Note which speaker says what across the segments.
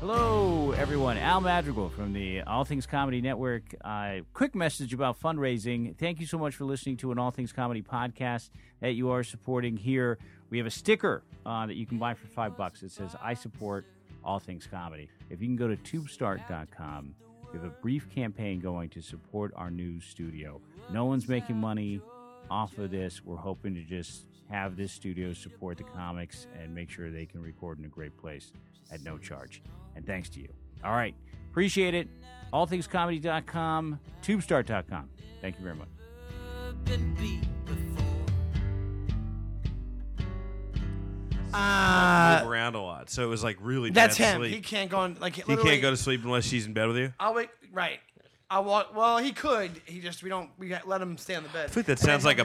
Speaker 1: Hello, everyone. Al Madrigal from the All Things Comedy Network. Uh, quick message about fundraising. Thank you so much for listening to an All Things Comedy podcast that you are supporting here. We have a sticker uh, that you can buy for five bucks. It says, I support All Things Comedy. If you can go to tubestart.com, we have a brief campaign going to support our new studio. No one's making money off of this. We're hoping to just have this studio support the comics and make sure they can record in a great place at no charge. And thanks to you. All right. Appreciate it. AllThingsComedy.com, TubeStart.com. Thank you very much.
Speaker 2: been beat before.
Speaker 3: Ah,
Speaker 4: move around a lot, so it was like really.
Speaker 3: Uh, that's
Speaker 4: bad
Speaker 3: him.
Speaker 4: Sleep.
Speaker 3: He can't go on. Like
Speaker 4: He can't go to sleep unless she's in bed with you.
Speaker 3: I'll wait. Right. I walk. Well, he could. He just we don't. We got, let him stay on the bed.
Speaker 4: I think that sounds like a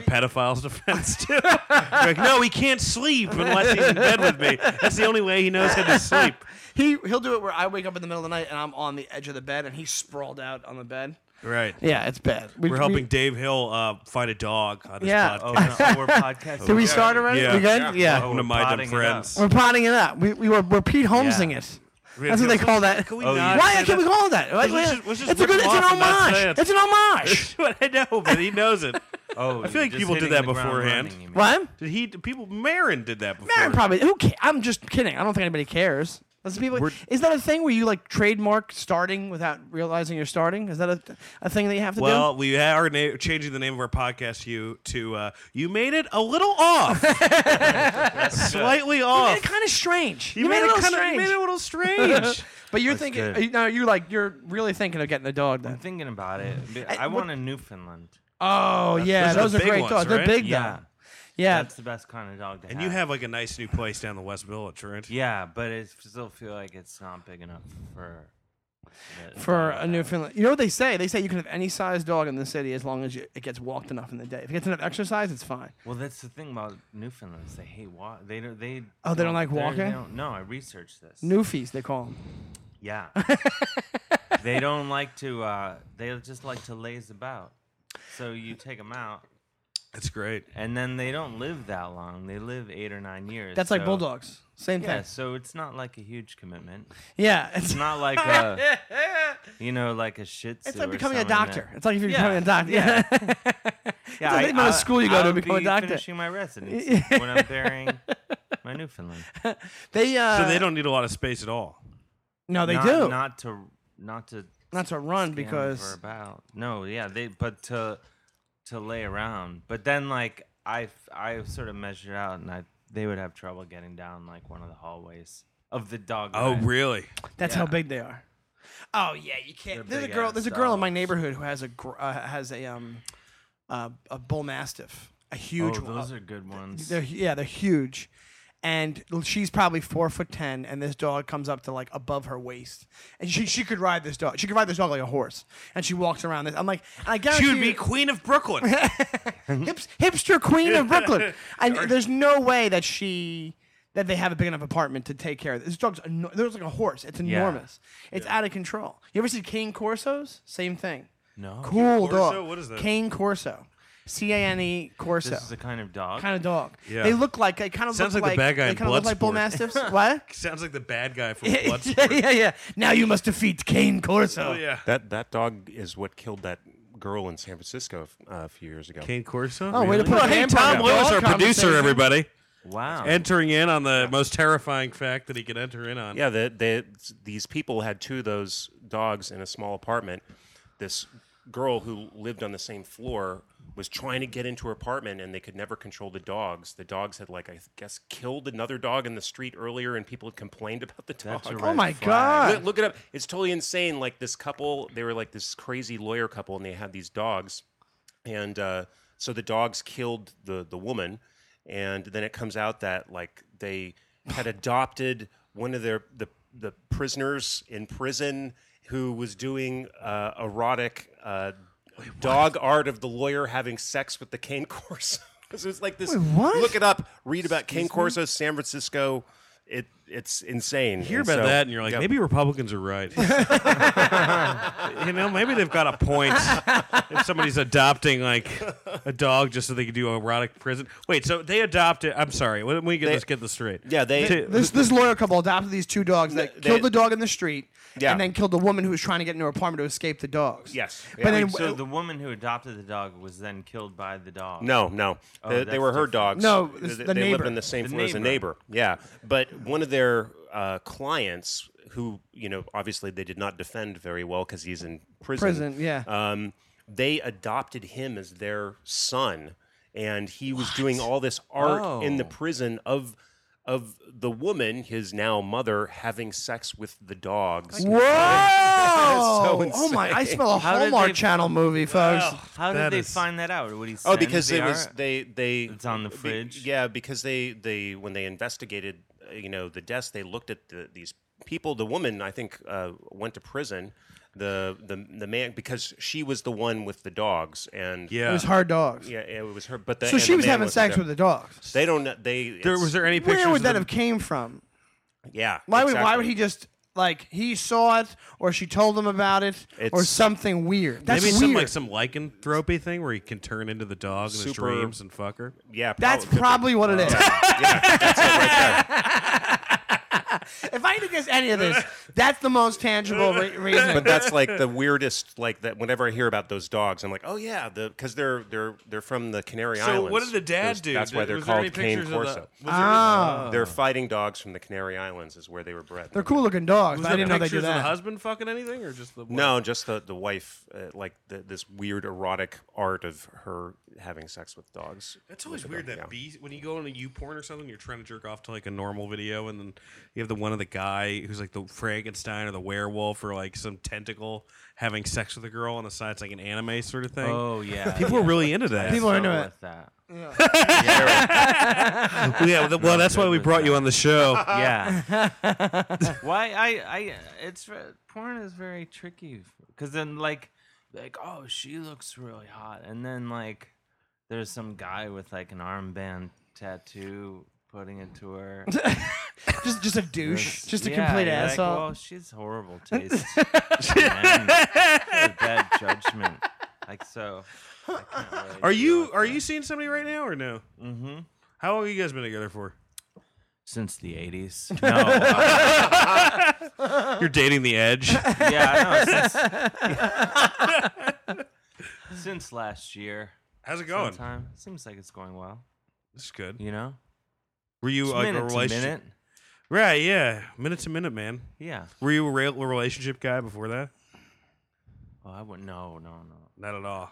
Speaker 4: pedophile's defense too. You're like, no, he can't sleep unless he's in bed with me. That's the only way he knows how to sleep.
Speaker 3: He he'll do it where I wake up in the middle of the night and I'm on the edge of the bed and he's sprawled out on the bed.
Speaker 4: Right.
Speaker 3: Yeah, it's bad. We,
Speaker 4: We're
Speaker 3: we-
Speaker 4: helping Dave Hill uh, find a dog on his
Speaker 3: Yeah.
Speaker 4: podcast.
Speaker 5: we're podcasting.
Speaker 3: Did we start already?
Speaker 4: Yeah.
Speaker 3: We good? Yeah.
Speaker 4: Welcome
Speaker 5: we're
Speaker 4: to my dumb
Speaker 5: potting it up.
Speaker 4: friends.
Speaker 3: We're potting it up. We, we were we're Pete Holmesing
Speaker 5: Yeah.
Speaker 3: it. That's what they call that.
Speaker 4: Can we
Speaker 5: Oh,
Speaker 4: not
Speaker 5: yeah.
Speaker 3: Why
Speaker 4: say
Speaker 3: can we
Speaker 4: that?
Speaker 3: call that? Why-
Speaker 4: Let's
Speaker 3: why-
Speaker 4: just- let's just
Speaker 3: it's a
Speaker 4: rip
Speaker 3: good.
Speaker 4: him
Speaker 3: It's an
Speaker 4: off and not say
Speaker 3: homage.
Speaker 4: it.
Speaker 3: It's an homage.
Speaker 4: That's what I know, but he knows it.
Speaker 5: Oh, I
Speaker 4: feel like people did that beforehand.
Speaker 3: What?
Speaker 4: Did he? People, Marin did that before.
Speaker 3: Marin probably. Who? Ca- I'm just kidding. I don't think anybody cares. That's people.
Speaker 4: We're-
Speaker 3: is that a thing where you like trademark starting without realizing you're starting? Is that a, a thing that you have to
Speaker 4: Well, we are na- changing the name of our podcast you to uh, "You Made It a Little Off," slightly
Speaker 3: do? You made it
Speaker 4: off.
Speaker 3: kind of strange. You,
Speaker 4: You
Speaker 3: made, it a little
Speaker 4: kinda-
Speaker 3: strange.
Speaker 4: You made it a little strange.
Speaker 3: but you're thinking.
Speaker 5: good.
Speaker 3: Are you, no, you're like you're really thinking of getting a dog
Speaker 5: I'm
Speaker 3: then.
Speaker 5: thinking about it. But I,
Speaker 3: I-
Speaker 5: want a Newfoundland.
Speaker 3: Oh yeah,
Speaker 4: those are
Speaker 3: those,
Speaker 4: the
Speaker 3: are
Speaker 4: big
Speaker 3: great
Speaker 4: ones,
Speaker 3: dogs.
Speaker 4: right?
Speaker 3: They're big
Speaker 5: Yeah,
Speaker 3: though. Yeah,
Speaker 5: that's the best kind of dog. To
Speaker 4: and you have like a nice new place down the West Village, right?
Speaker 5: Yeah, but I still feel like it's not big enough for. the-
Speaker 3: for a Newfoundland. You know what they say? They say you can have any size dog in the city as long as you, it gets walked enough in the day. If it gets enough exercise, it's fine.
Speaker 5: Well, that's the thing about Newfoundlands. They hate walk. They don't. They.
Speaker 3: Oh, they don't like
Speaker 5: they're-
Speaker 3: walking?
Speaker 5: They don't, no, I researched this.
Speaker 3: Newfies, they call them.
Speaker 5: Yeah. they don't like to. Uh, they just like to laze about. So you take them out,
Speaker 4: That's great.
Speaker 5: and then they don't live that long. They live eight or nine years.
Speaker 3: That's like
Speaker 5: so-
Speaker 3: bulldogs. Same
Speaker 5: Yeah,
Speaker 3: thing.
Speaker 5: so it's not like a huge commitment.
Speaker 3: Yeah, it's,
Speaker 5: It's not like a, you know, like a shit.
Speaker 3: it's like becoming a doctor. It's like if you're
Speaker 5: Yeah,
Speaker 3: becoming a doctor. Yeah.
Speaker 5: yeah,
Speaker 3: like the amount of school you go to
Speaker 5: I'll
Speaker 3: become a
Speaker 5: be
Speaker 3: doctor.
Speaker 5: Finishing my residency when I'm bearing my Newfoundland.
Speaker 3: they uh,
Speaker 4: So they don't need a lot of space at all.
Speaker 3: No, they
Speaker 5: not,
Speaker 3: do. Not,
Speaker 5: Not to, not to,
Speaker 3: to run
Speaker 5: scan for
Speaker 3: because
Speaker 5: about no, yeah, they but to to lay around. But then like I I sort of measured out and I they would have trouble getting down like one of the hallways of the dog.
Speaker 4: Oh,
Speaker 5: run.
Speaker 4: really?
Speaker 3: that's how big they are. Oh yeah, you can't.
Speaker 5: They're
Speaker 3: There's a
Speaker 5: big
Speaker 3: girl.
Speaker 5: ass
Speaker 3: There's a girl in my
Speaker 5: dogs.
Speaker 3: neighborhood who has a gr- uh, has a um uh, a bull mastiff, a huge
Speaker 5: Oh,
Speaker 3: one. Uh,
Speaker 5: those are good ones.
Speaker 3: They're yeah, they're huge, and she's probably four foot ten, and this dog comes up to like above her waist, and she she could ride this dog. She could ride this dog like a horse, and she walks around this. I'm like, and I guarantee
Speaker 4: She would be
Speaker 3: you-
Speaker 4: queen of Brooklyn.
Speaker 3: hips, hipster queen of Brooklyn. And there's no way that she that they have a big enough apartment to take care of this. this dog's eno- there's like a horse. It's enormous. It's out of control. You ever see cane corsos? Same thing.
Speaker 5: no,
Speaker 3: Cool
Speaker 4: Corso?
Speaker 3: dog.
Speaker 4: What is that?
Speaker 3: Cane corso. C A N E corso.
Speaker 5: this is the kind of dog.
Speaker 3: kind of dog.
Speaker 4: Yeah.
Speaker 3: They look like they kind of
Speaker 4: Sounds
Speaker 3: look
Speaker 4: like the bad guy
Speaker 3: they
Speaker 4: in
Speaker 3: kind of look like bull
Speaker 4: Bloodsport.
Speaker 3: mastiffs. what?
Speaker 4: Sounds like the bad guy from
Speaker 3: yeah,
Speaker 4: Bloodsport.
Speaker 3: yeah, yeah. Now you must defeat Cane Corso.
Speaker 4: Oh, yeah.
Speaker 6: That that dog is what killed that girl in San Francisco uh, a few years ago.
Speaker 4: Kane Corso.
Speaker 3: Oh, way to put
Speaker 4: Well,
Speaker 3: an
Speaker 4: hey,
Speaker 3: empire
Speaker 4: Tom
Speaker 3: on
Speaker 4: Lewis,
Speaker 3: dog
Speaker 4: our producer,
Speaker 3: conversation.
Speaker 4: everybody,
Speaker 5: wow.
Speaker 4: entering in on the most terrifying fact that he could enter in on.
Speaker 6: Yeah, the, the, these people had two of those dogs in a small apartment. This girl who lived on the same floor was trying to get into her apartment, and they could never control the dogs. The dogs had, like, I guess, killed another dog in the street earlier, and people had complained about the dog.
Speaker 5: That's a
Speaker 3: Oh
Speaker 5: red
Speaker 3: my
Speaker 5: flag.
Speaker 3: god.
Speaker 6: Look, look it up. It's totally insane. Like this couple, they were like this crazy lawyer couple, and they had these dogs, and uh, so the dogs killed the the woman, and then it comes out that like they had adopted one of their the the prisoners in prison who was doing uh, erotic uh, dog art of the lawyer having sex with the cane corso. so it's like this.
Speaker 3: Wait, what?
Speaker 6: Look it up. Read about cane corso, San Francisco. It it's insane.
Speaker 4: hear
Speaker 6: And
Speaker 4: about
Speaker 6: so-
Speaker 4: that and you're like,
Speaker 6: yeah.
Speaker 4: maybe Republicans are right. you know, maybe they've got a point. If somebody's adopting like a dog just so they can do erotic prison. Wait, so they adopted? I'm sorry. Let me get
Speaker 6: They-
Speaker 4: let's get this straight.
Speaker 6: Yeah, they-
Speaker 4: To-
Speaker 3: This this lawyer couple adopted these two dogs that
Speaker 6: They-
Speaker 3: killed the dog in the street
Speaker 6: Yeah.
Speaker 3: and then killed the woman who was trying to get into her apartment to escape the dogs.
Speaker 6: Yes.
Speaker 3: But
Speaker 6: Yeah.
Speaker 3: then
Speaker 5: Wait, so the woman who adopted the dog was then killed by the dog.
Speaker 6: No, no.
Speaker 5: Oh,
Speaker 6: they, they
Speaker 5: that's
Speaker 6: were her
Speaker 5: different.
Speaker 6: dogs.
Speaker 3: No,
Speaker 6: Th-
Speaker 3: it's
Speaker 6: th-
Speaker 3: the
Speaker 6: they
Speaker 3: neighbor.
Speaker 6: lived in the same
Speaker 5: The
Speaker 6: floor as the
Speaker 5: neighbor.
Speaker 6: neighbor. Yeah, but one of their uh, clients, who you know, obviously they did not defend very well because he's in prison.
Speaker 3: Prison, yeah.
Speaker 6: Um, they adopted him as their son, and he was doing all this art in the
Speaker 5: Oh.
Speaker 6: prison of. Of the woman, his now mother, having sex with the dogs.
Speaker 3: Whoa!
Speaker 6: so
Speaker 3: oh my! I
Speaker 6: insane.
Speaker 3: smell a
Speaker 5: How did
Speaker 3: Hallmark
Speaker 5: they-
Speaker 3: Channel movie, folks.
Speaker 5: How did
Speaker 4: That
Speaker 5: they
Speaker 4: is-
Speaker 5: find that out? What he
Speaker 6: Oh,
Speaker 5: send
Speaker 6: because
Speaker 5: the
Speaker 6: it was
Speaker 5: R-
Speaker 6: they they.
Speaker 5: It's on the
Speaker 6: be-
Speaker 5: fridge?
Speaker 6: yeah, because they they when they investigated, uh, you know, the deaths, they looked at the, these people. The woman, I think, uh, went to prison. The the the man because she was the one with the dogs and
Speaker 4: yeah.
Speaker 3: It was her dogs.
Speaker 6: yeah it was her. But the,
Speaker 3: So
Speaker 6: and
Speaker 3: she
Speaker 6: the
Speaker 3: was
Speaker 6: man
Speaker 3: having sex
Speaker 6: there.
Speaker 3: with the dogs.
Speaker 6: They don't. kn- They
Speaker 4: there,
Speaker 6: it's-
Speaker 4: was there any pictures?
Speaker 3: Where would
Speaker 4: of
Speaker 3: that
Speaker 4: the-
Speaker 3: have came from?
Speaker 6: yeah.
Speaker 3: Why would why
Speaker 6: exactly.
Speaker 3: would he just like he saw it or she told him about it or
Speaker 6: It's-
Speaker 3: something weird? That's
Speaker 4: maybe
Speaker 3: weird.
Speaker 4: some like some lycanthropy thing where he can turn into the dog in his
Speaker 6: Super-
Speaker 4: dreams and fuck her.
Speaker 6: Yeah,
Speaker 3: That's probably
Speaker 6: probably.
Speaker 3: what it is.
Speaker 6: Uh. that's it right there.
Speaker 3: if I had to guess any of this, that's the most tangible re- reason.
Speaker 6: but that's like the weirdest. Like that. Whenever I hear about those dogs, I'm like, oh yeah, the because they're they're they're from the Canary Islands. There's- That's why they're called Cane Corso.
Speaker 3: oh,
Speaker 6: They're fighting dogs from the Canary Islands, is where they were bred.
Speaker 3: they're cool looking dogs.
Speaker 4: Was
Speaker 3: but I
Speaker 4: there
Speaker 3: didn't know they
Speaker 4: pictures
Speaker 3: do
Speaker 4: of the
Speaker 3: that.
Speaker 4: husband fucking anything or just the wife?
Speaker 6: No, just the the wife, uh, like the, this weird erotic art of her having sex with dogs.
Speaker 4: That's always
Speaker 6: With the
Speaker 4: weird
Speaker 6: dog,
Speaker 4: that
Speaker 6: yeah.
Speaker 4: B when you go on a U porn or something, you're trying to jerk off to like a normal video, and then you have the one of the guy who's like the Frankenstein or the werewolf or like some tentacle having sex with a girl on the side. It's like an anime sort of thing.
Speaker 5: Oh yeah.
Speaker 4: People are really into that.
Speaker 3: People are into it.
Speaker 5: that.
Speaker 4: yeah, well, well, that's why we brought you on the show.
Speaker 5: Yeah. Why I I it's ve- porn is very tricky because then like like oh she looks really hot and then like there's some guy with like an armband tattoo putting it to her.
Speaker 3: Just just a douche,
Speaker 5: It's-
Speaker 3: just a
Speaker 5: yeah,
Speaker 3: complete
Speaker 5: you're like,
Speaker 3: asshole.
Speaker 5: well, she's horrible taste. and bad judgment. Like so. I can't really
Speaker 4: Are
Speaker 5: deal
Speaker 4: you
Speaker 5: with
Speaker 4: are
Speaker 5: that.
Speaker 4: you seeing somebody right now or no? Mm-hmm. How long have you guys been together for?
Speaker 5: since the eighties? No. uh,
Speaker 4: You're dating the edge.
Speaker 5: yeah, I know. Since, since last year.
Speaker 4: How's it going?
Speaker 5: Sometime. Seems like it's going well.
Speaker 4: It's good.
Speaker 5: You know?
Speaker 4: Were you
Speaker 5: It's
Speaker 4: like a
Speaker 5: minute to
Speaker 4: relationship?
Speaker 5: minute.
Speaker 4: Right, yeah, minute to minute, man.
Speaker 5: Yeah.
Speaker 4: Were you a real a relationship guy before that?
Speaker 5: Well, I wouldn't no, no, no,
Speaker 4: Not at all.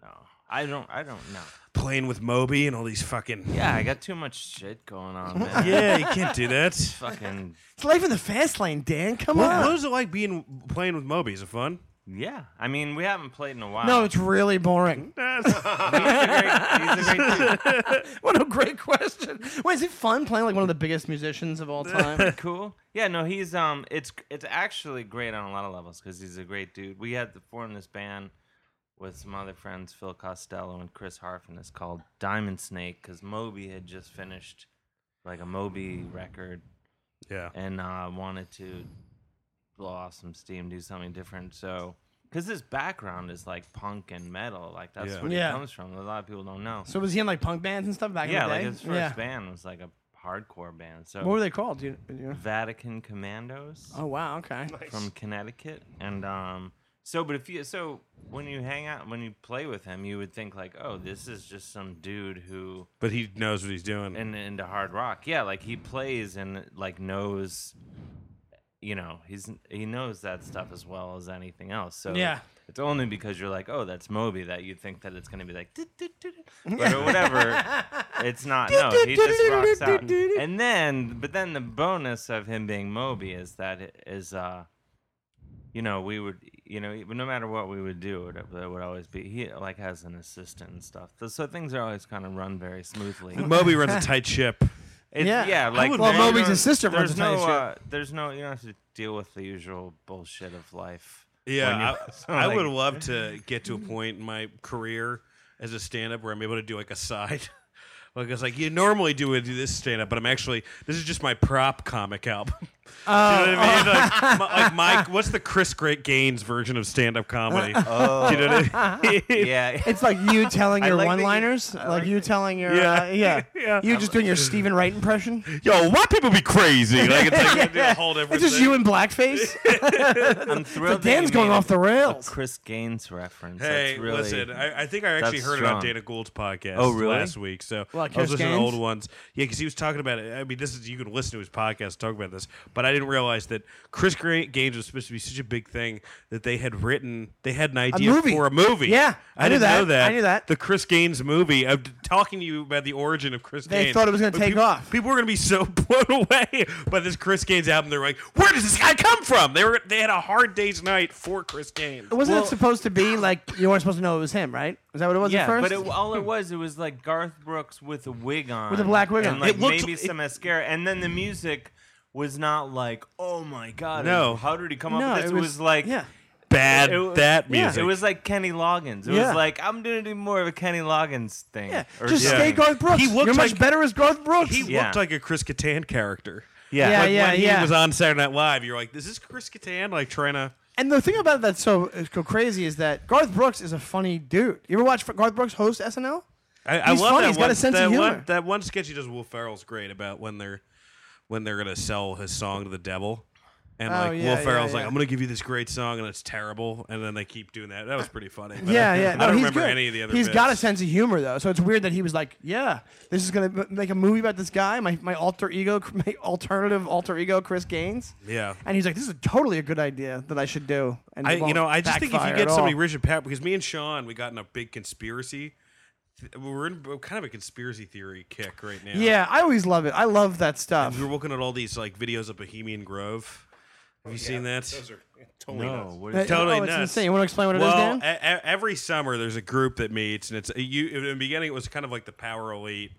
Speaker 5: no. I don't I don't know.
Speaker 4: Playing with Moby and all these fucking.
Speaker 5: Yeah, I got too much shit going on, man.
Speaker 4: Yeah, you can't do that.
Speaker 5: Fucking
Speaker 3: It's life in the fast lane, Dan. Come
Speaker 4: What, what
Speaker 3: on.
Speaker 4: was it like being playing with Moby? Is it fun?
Speaker 5: Yeah. I mean we haven't played in a while.
Speaker 3: No, it's really boring.
Speaker 5: He's a great dude.
Speaker 3: What a great question. Wait, is it fun playing like one of the biggest musicians of all time?
Speaker 5: cool. Yeah, no, he's um, it's it's actually great on a lot of levels because he's a great dude. We had to form this band with some other friends, Phil Costello and Chris Harfin. It's called Diamond Snake because Moby had just finished like a Moby record
Speaker 4: Yeah.
Speaker 5: and uh, wanted to blow off some steam, do something different. So, because his background is like punk and metal, like that's
Speaker 4: Yeah.
Speaker 5: where
Speaker 3: Yeah.
Speaker 5: he comes from. A lot of people don't know.
Speaker 3: so was he in like punk bands and stuff back
Speaker 5: yeah,
Speaker 3: in the day?
Speaker 5: like his first
Speaker 3: yeah.
Speaker 5: band was like a hardcore band. So
Speaker 3: What were they called? Do you, do you know?
Speaker 5: Vatican Commandos
Speaker 3: Oh wow, okay.
Speaker 5: from Connecticut, and um, so but if you so when you hang out when you play with him, you would think like, oh, this is just some dude who
Speaker 4: But he knows what he's doing.
Speaker 5: and into hard rock, yeah, like he plays and like knows, you know, he's he knows that stuff as well as anything else. So
Speaker 3: Yeah.
Speaker 5: It's only because you're like, oh, that's Moby, that you think that it's gonna be like, "Doo, doo, doo, doo," but or whatever. It's not. No, he just rocks out. And then, but then the bonus of him being Moby is that it is, uh, you know, we would, you know, even no matter what we would do, it, it would always be he like has an assistant and stuff. So, so things are always kind of run very smoothly.
Speaker 4: Moby runs a tight ship.
Speaker 5: It's,
Speaker 3: Yeah.
Speaker 5: yeah.
Speaker 3: I
Speaker 5: like
Speaker 3: would- Well,
Speaker 5: there- you
Speaker 3: Moby's
Speaker 5: don't-
Speaker 3: assistant runs
Speaker 5: There's
Speaker 3: the tight
Speaker 5: no,
Speaker 3: ship.
Speaker 5: uh, there's no, you don't have to deal with the usual bullshit of life. when
Speaker 4: Yeah,
Speaker 5: you're-
Speaker 4: I,
Speaker 5: so,
Speaker 4: I
Speaker 5: like,
Speaker 4: would love to get to a point in my career as a stand-up where I'm able to do like a side, Like it's like you normally do it do this stand up, but I'm actually this is just my prop comic album. do you know what I mean? Like, my, like my- what's the Chris Great Gaines version of stand up comedy? Do you know what I mean?
Speaker 5: yeah.
Speaker 3: It's like you telling your
Speaker 5: like that you-
Speaker 3: one-liners, like, you telling your
Speaker 4: Yeah.
Speaker 3: uh, yeah.
Speaker 4: Yeah.
Speaker 3: you just doing your Stephen Wright impression.
Speaker 4: Yo, white people be crazy. Like it's like you do a whole different
Speaker 3: It's just
Speaker 4: thing.
Speaker 3: you in blackface.
Speaker 5: I'm thrilled. that
Speaker 3: Dan's
Speaker 5: you
Speaker 3: going
Speaker 5: made
Speaker 3: off the
Speaker 5: a
Speaker 3: rails.
Speaker 5: Chris Gaines reference.
Speaker 4: Hey,
Speaker 5: That's really,
Speaker 4: listen, I, I think I actually
Speaker 5: that's
Speaker 4: heard it on
Speaker 5: strong.
Speaker 4: Dana Gould's podcast
Speaker 5: Oh, really?
Speaker 4: last week. So
Speaker 3: What,
Speaker 4: I was
Speaker 3: Chris
Speaker 4: listening to
Speaker 3: Gaines?
Speaker 4: old ones. Yeah, because he was talking about it. I mean, this is you can listen to his podcast talk about this, but I didn't realize that Chris Gra- Gaines was supposed to be such a big thing that they had written, they had an idea
Speaker 3: movie.
Speaker 4: for a movie.
Speaker 3: Yeah,
Speaker 4: I,
Speaker 3: I knew
Speaker 4: didn't
Speaker 3: that.
Speaker 4: know that.
Speaker 3: I knew that.
Speaker 4: The Chris Gaines movie. I'm talking to you about the origin of Chris
Speaker 3: They
Speaker 4: Gaines.
Speaker 3: thought it was gonna
Speaker 4: But
Speaker 3: take
Speaker 4: people-
Speaker 3: off.
Speaker 4: People were going to be so blown away by this Chris Gaines album. They're like, where does this guy come from? They were they had a hard day's night for Chris Gaines.
Speaker 3: Wasn't it supposed to be like you weren't supposed to know it was him, right? Is that what it was
Speaker 5: yeah,
Speaker 3: at first?
Speaker 5: but it, all it was, it was like Garth Brooks with a wig on,
Speaker 3: With a black wig
Speaker 5: and
Speaker 3: on.
Speaker 5: like
Speaker 4: It looked-
Speaker 5: maybe some mascara, and then the music was not like, oh my god,
Speaker 4: No.
Speaker 5: how did he come
Speaker 3: No,
Speaker 5: up with this?
Speaker 3: it
Speaker 5: It was,
Speaker 3: was-
Speaker 5: like,
Speaker 3: yeah.
Speaker 4: bad
Speaker 5: It wa-
Speaker 4: that
Speaker 5: yeah,
Speaker 4: music.
Speaker 5: It was like Kenny Loggins. It
Speaker 3: Yeah.
Speaker 5: was like I'm gonna do more of a Kenny Loggins thing.
Speaker 3: yeah,
Speaker 5: or
Speaker 3: just
Speaker 5: something.
Speaker 3: stay Garth Brooks.
Speaker 4: He looked
Speaker 3: You're much
Speaker 4: like-
Speaker 3: better as Garth Brooks.
Speaker 4: he
Speaker 5: Yeah.
Speaker 4: looked like a Chris Kattan character.
Speaker 5: Yeah.
Speaker 3: Yeah,
Speaker 4: like
Speaker 3: yeah,
Speaker 4: when
Speaker 3: yeah.
Speaker 4: he was on Saturday Night Live, you're like, "This is Chris Kattan like trying to."
Speaker 3: And the thing about that's so, it's so crazy is that Garth Brooks is a funny dude. You ever watch Garth Brooks host SNL?
Speaker 4: I, I
Speaker 3: He's
Speaker 4: love
Speaker 3: funny,
Speaker 4: that
Speaker 3: he's got
Speaker 4: one.
Speaker 3: a sense
Speaker 4: that
Speaker 3: of humor.
Speaker 4: one that one sketch he does with Will Ferrell's great about when they're when they're gonna sell his song to the devil. And
Speaker 3: Oh,
Speaker 4: like
Speaker 3: yeah, yeah,
Speaker 4: Will Ferrell's like,
Speaker 3: yeah.
Speaker 4: I'm gonna give you this great song and it's terrible, and then they keep doing that. That was pretty funny. but
Speaker 3: Yeah,
Speaker 4: I,
Speaker 3: yeah.
Speaker 4: I
Speaker 3: No,
Speaker 4: don't
Speaker 3: he's
Speaker 4: remember
Speaker 3: good.
Speaker 4: any of the other.
Speaker 3: He's
Speaker 4: bits.
Speaker 3: got a sense of humor though, so it's weird that he was like, "Yeah, this is gonna b- make a movie about this guy, my, my alter ego, my alternative alter ego, Chris Gaines."
Speaker 4: Yeah.
Speaker 3: And he's like, "This is totally a good idea that I should do." And it
Speaker 4: I, you
Speaker 3: won't
Speaker 4: know, I just think if
Speaker 3: backfire
Speaker 4: you
Speaker 3: at
Speaker 4: get somebody
Speaker 3: all.
Speaker 4: rich and pat, because me and Sean, we got in a big conspiracy. th- we We're in kind of a conspiracy theory kick right now.
Speaker 3: yeah, I always love it. I love that stuff.
Speaker 4: We were looking at all these like videos of Bohemian Grove.
Speaker 3: Oh,
Speaker 4: Have you seen that?
Speaker 6: Those are totally
Speaker 5: No, what
Speaker 3: Uh,
Speaker 5: is
Speaker 4: totally
Speaker 3: oh, it's
Speaker 4: nuts.
Speaker 3: insane. You want to explain what it is,
Speaker 4: well,
Speaker 3: Dan?
Speaker 4: e- e- every summer there's a group that meets, and it's you. In the beginning, it was kind of like the power elite,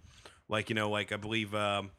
Speaker 4: like you know, like I believe, um,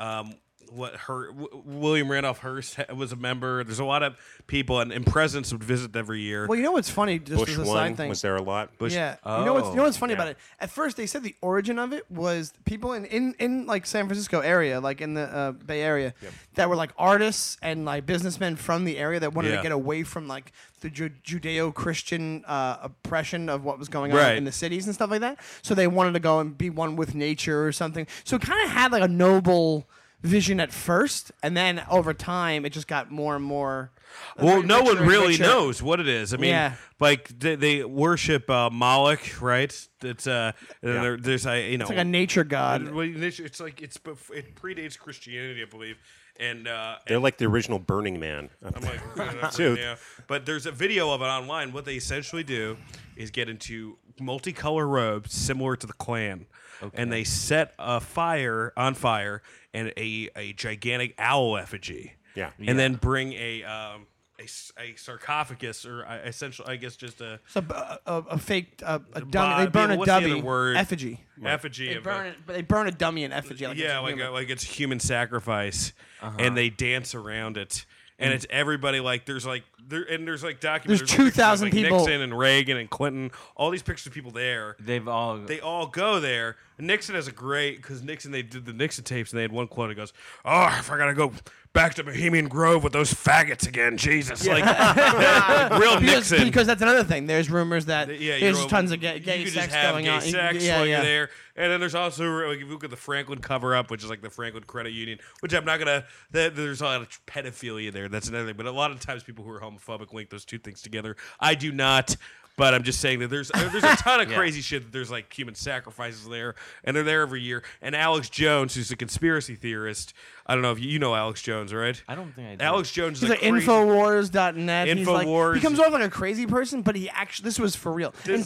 Speaker 4: um, what her w- William Randolph Hearst ha- was a member. There's a lot of people, and, and presidents would visit every year.
Speaker 3: Well, you know what's funny? Just
Speaker 6: Bush
Speaker 3: as a
Speaker 6: one
Speaker 3: side thing,
Speaker 6: was there a lot. Bush uh,
Speaker 3: Yeah. you know what's
Speaker 4: Oh,
Speaker 3: you know what's funny
Speaker 6: yeah.
Speaker 3: about it? At first, they said the origin of it was people in in, in like San Francisco area, like in the uh, Bay Area, that were like artists and like businessmen from the area that wanted
Speaker 4: Yeah.
Speaker 3: to get away from like the Ju- Judeo-Christian uh, oppression of what was going on
Speaker 4: Right.
Speaker 3: in the cities and stuff like that. So they wanted to go and be one with nature or something. So it kind of had like a noble vision at first, and then over time, it just got more and more.
Speaker 4: Well, no
Speaker 3: richer
Speaker 4: one
Speaker 3: and
Speaker 4: really
Speaker 3: richer.
Speaker 4: knows what it is. I mean,
Speaker 3: Yeah.
Speaker 4: like they, they worship uh, Moloch, right? It's uh, there, there's a you know,
Speaker 3: Like a nature god.
Speaker 4: Well, it's it's like it's bef- it predates Christianity, I believe, and uh,
Speaker 6: They're like the original Burning Man.
Speaker 4: I'm like, I don't know,
Speaker 6: Dude.
Speaker 4: yeah. But there's a video of it online. What they essentially do is get into multicolor robes similar to the Klan, and they set a fire on fire and a, a gigantic owl effigy.
Speaker 6: Yeah.
Speaker 4: and then bring a um, a, s- a sarcophagus or a, essentially, I guess, just a
Speaker 3: So a, a, a fake uh, a
Speaker 4: bod-
Speaker 3: dummy. They burn
Speaker 4: I mean,
Speaker 3: a
Speaker 4: what's the other
Speaker 3: dummy
Speaker 4: word?
Speaker 3: effigy.
Speaker 4: effigy.
Speaker 3: They
Speaker 4: of
Speaker 3: burn
Speaker 4: a,
Speaker 3: it, but they burn a dummy in effigy. Like
Speaker 4: yeah,
Speaker 3: it's
Speaker 4: like
Speaker 3: human. Uh-huh.
Speaker 4: a, like it's human sacrifice, and they dance around it, and it's everybody like there's like there and there's like documents.
Speaker 3: Mm. There's
Speaker 4: pictures of,
Speaker 3: 2,000
Speaker 4: like,
Speaker 3: people.
Speaker 4: Nixon and Reagan and Clinton, all these pictures of people there.
Speaker 5: They've all.
Speaker 4: They all go there. And Nixon has a great because Nixon they did the Nixon tapes and they had one quote. He goes, "Oh, if I gotta go back to Bohemian Grove with those faggots again, Jesus!" Like, like, real
Speaker 3: because,
Speaker 4: Nixon.
Speaker 3: because that's another thing. There's rumors that
Speaker 4: Yeah,
Speaker 3: there's
Speaker 4: you're-
Speaker 3: tons of gay, gay
Speaker 4: you could
Speaker 3: sex
Speaker 4: just have
Speaker 3: going
Speaker 4: gay
Speaker 3: on.
Speaker 4: Sex
Speaker 3: yeah,
Speaker 4: while
Speaker 3: yeah.
Speaker 4: you're there, and then there's also like, if you look at the Franklin cover up, which is like the Franklin Credit Union, which I'm not gonna. That, there's a lot of pedophilia there. That's another thing. But a lot of times people who are homophobic link those two things together. I do not. But I'm just saying that there's uh, there's a ton of crazy shit. That there's like human sacrifices there, and they're there every year. And Alex Jones, who's a conspiracy theorist, I don't know if you, you know Alex Jones, right?
Speaker 5: I don't think I. Do.
Speaker 4: Alex Jones
Speaker 3: He's
Speaker 4: is
Speaker 3: like
Speaker 4: a crazy-
Speaker 3: Infowars.net. He's like,
Speaker 4: Infowars.
Speaker 3: he comes off like a crazy person, but he actually this was for real. in
Speaker 4: He's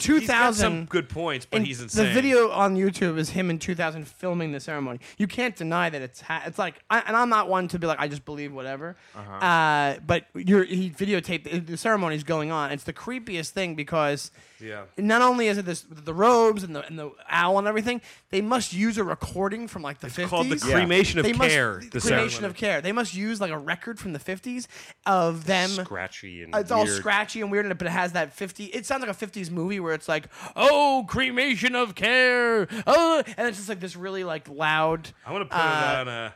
Speaker 3: 2000,
Speaker 4: got some good points, but
Speaker 3: in-
Speaker 4: he's insane.
Speaker 3: The video on YouTube is him in 2000 filming the ceremony. You can't deny that it's ha- it's like, I, and I'm not one to be like I just believe
Speaker 4: Uh-huh.
Speaker 3: whatever. uh but you're, he videotaped the, the ceremony's going on. It's the creepiest thing because because
Speaker 4: Yeah.
Speaker 3: not only is it this the robes and the and the owl and everything, they must use a recording from like the fifties.
Speaker 4: called the cremation of care,
Speaker 3: Must,
Speaker 4: the
Speaker 3: the cremation
Speaker 4: ceremony.
Speaker 3: of care. They must use like a record from the fifties of them.
Speaker 6: scratchy and
Speaker 3: It's all
Speaker 6: weird.
Speaker 3: scratchy and weird, but it has that 50. It sounds like a 50s movie where it's like, oh, cremation of care. Oh, and it's just like this really like loud.
Speaker 4: I'm gonna put
Speaker 3: uh,
Speaker 4: it on. Uh,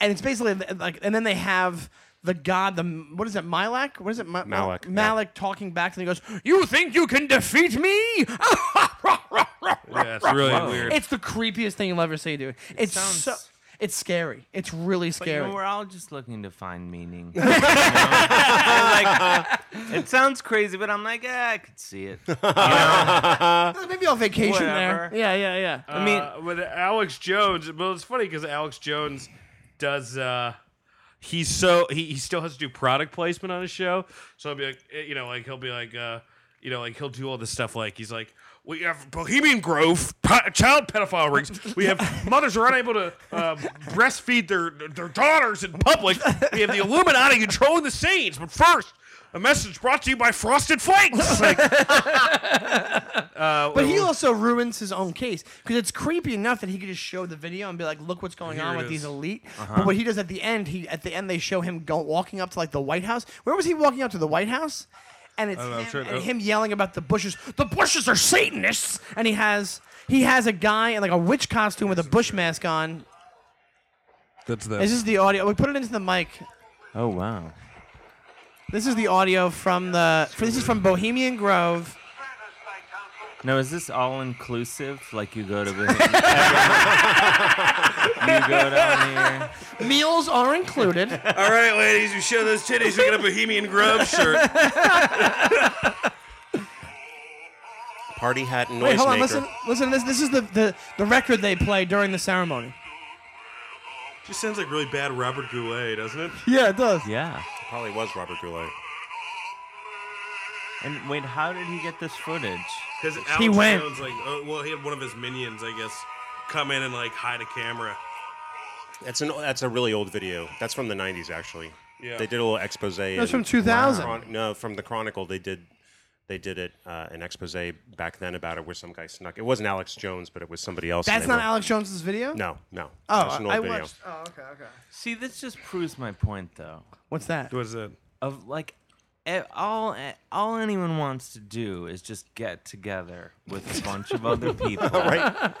Speaker 3: And it's basically like, and then they have the god, the, what is it, Malak? What is it? Ma-
Speaker 6: Malak, yeah.
Speaker 3: Malak talking back and he goes, You think you can defeat me? Ah,
Speaker 4: yeah, it's really weird.
Speaker 3: it's the creepiest thing you'll ever see, dude. It's
Speaker 5: sounds-
Speaker 3: so. It's scary. It's really
Speaker 5: But you
Speaker 3: scary.
Speaker 5: know, we're all just looking to find meaning. You know? And, like, it sounds crazy, but I'm like, yeah, I could see it. You know?
Speaker 3: Maybe I'll vacation
Speaker 5: Whatever.
Speaker 3: there. Yeah, yeah, yeah.
Speaker 5: I mean,
Speaker 4: uh, with Alex Jones. Well, it's funny because Alex Jones does. uh He's so he, he still has to do product placement on his show. So he'll be like, eh, you know, like he'll be like, uh you know, like he'll do all this stuff. Like he's like. We have Bohemian Grove, p- child pedophile rings. We have mothers are unable to uh, breastfeed their their daughters in public. We have the Illuminati controlling the saints. But first, a message brought to you by Frosted Flakes. Like, uh,
Speaker 3: But he also ruins his own case because it's creepy enough that he could just show the video and be like, "Look what's going
Speaker 4: Here
Speaker 3: on
Speaker 4: it
Speaker 3: with these
Speaker 4: is. Uh-huh.
Speaker 3: elite." But what he does at the end, he at the end they show him go, walking up to like the White House. Where was he walking up to the White House? And it's
Speaker 4: don't know, I'm
Speaker 3: him,
Speaker 4: sure-
Speaker 3: and
Speaker 4: oh.
Speaker 3: him yelling about the bushes. The bushes are Satanists, and he has he has a guy in like a witch costume with a bush mask on.
Speaker 4: that's
Speaker 3: This is the audio. We put it into the mic.
Speaker 5: oh wow.
Speaker 3: This is the audio from the. For, this is from Bohemian Grove.
Speaker 5: Now, is this all inclusive? Like you go to the you go down here.
Speaker 3: Meals are included.
Speaker 4: All right, ladies, you show those titties, you get a Bohemian Grove shirt.
Speaker 6: party hat and noise
Speaker 3: Wait, hold on.
Speaker 6: maker.
Speaker 3: Listen, listen. to This this is the, the the record they play during the ceremony.
Speaker 4: Just sounds like really bad Robert Goulet, doesn't it?
Speaker 3: Yeah, it does.
Speaker 5: Yeah.
Speaker 6: Probably was Robert Goulet.
Speaker 5: And wait, how did he get this footage?
Speaker 4: Because
Speaker 3: He went.
Speaker 4: Jones, like, oh, well, he had one of his minions, I guess, come in and like hide a camera.
Speaker 6: That's an that's a really old video. That's from the '90s actually.
Speaker 4: Yeah.
Speaker 6: They did a little expose.
Speaker 3: That's from
Speaker 6: in-
Speaker 3: 2000.
Speaker 6: Chron- no, from the Chronicle. They did they did it uh, an expose back then about it where some guy snuck. It wasn't Alex Jones, but it was somebody else. and
Speaker 3: That's
Speaker 6: they
Speaker 3: not
Speaker 6: were-
Speaker 3: Alex Jones's video.
Speaker 6: No, no.
Speaker 3: Oh,
Speaker 6: That's an
Speaker 3: I, I
Speaker 6: old video.
Speaker 3: watched. Oh, okay, okay.
Speaker 5: See, this just proves my point, though.
Speaker 3: What's that?
Speaker 4: Was it?
Speaker 5: Of like, e- all e- all anyone wants to do is just get together with a bunch of other people,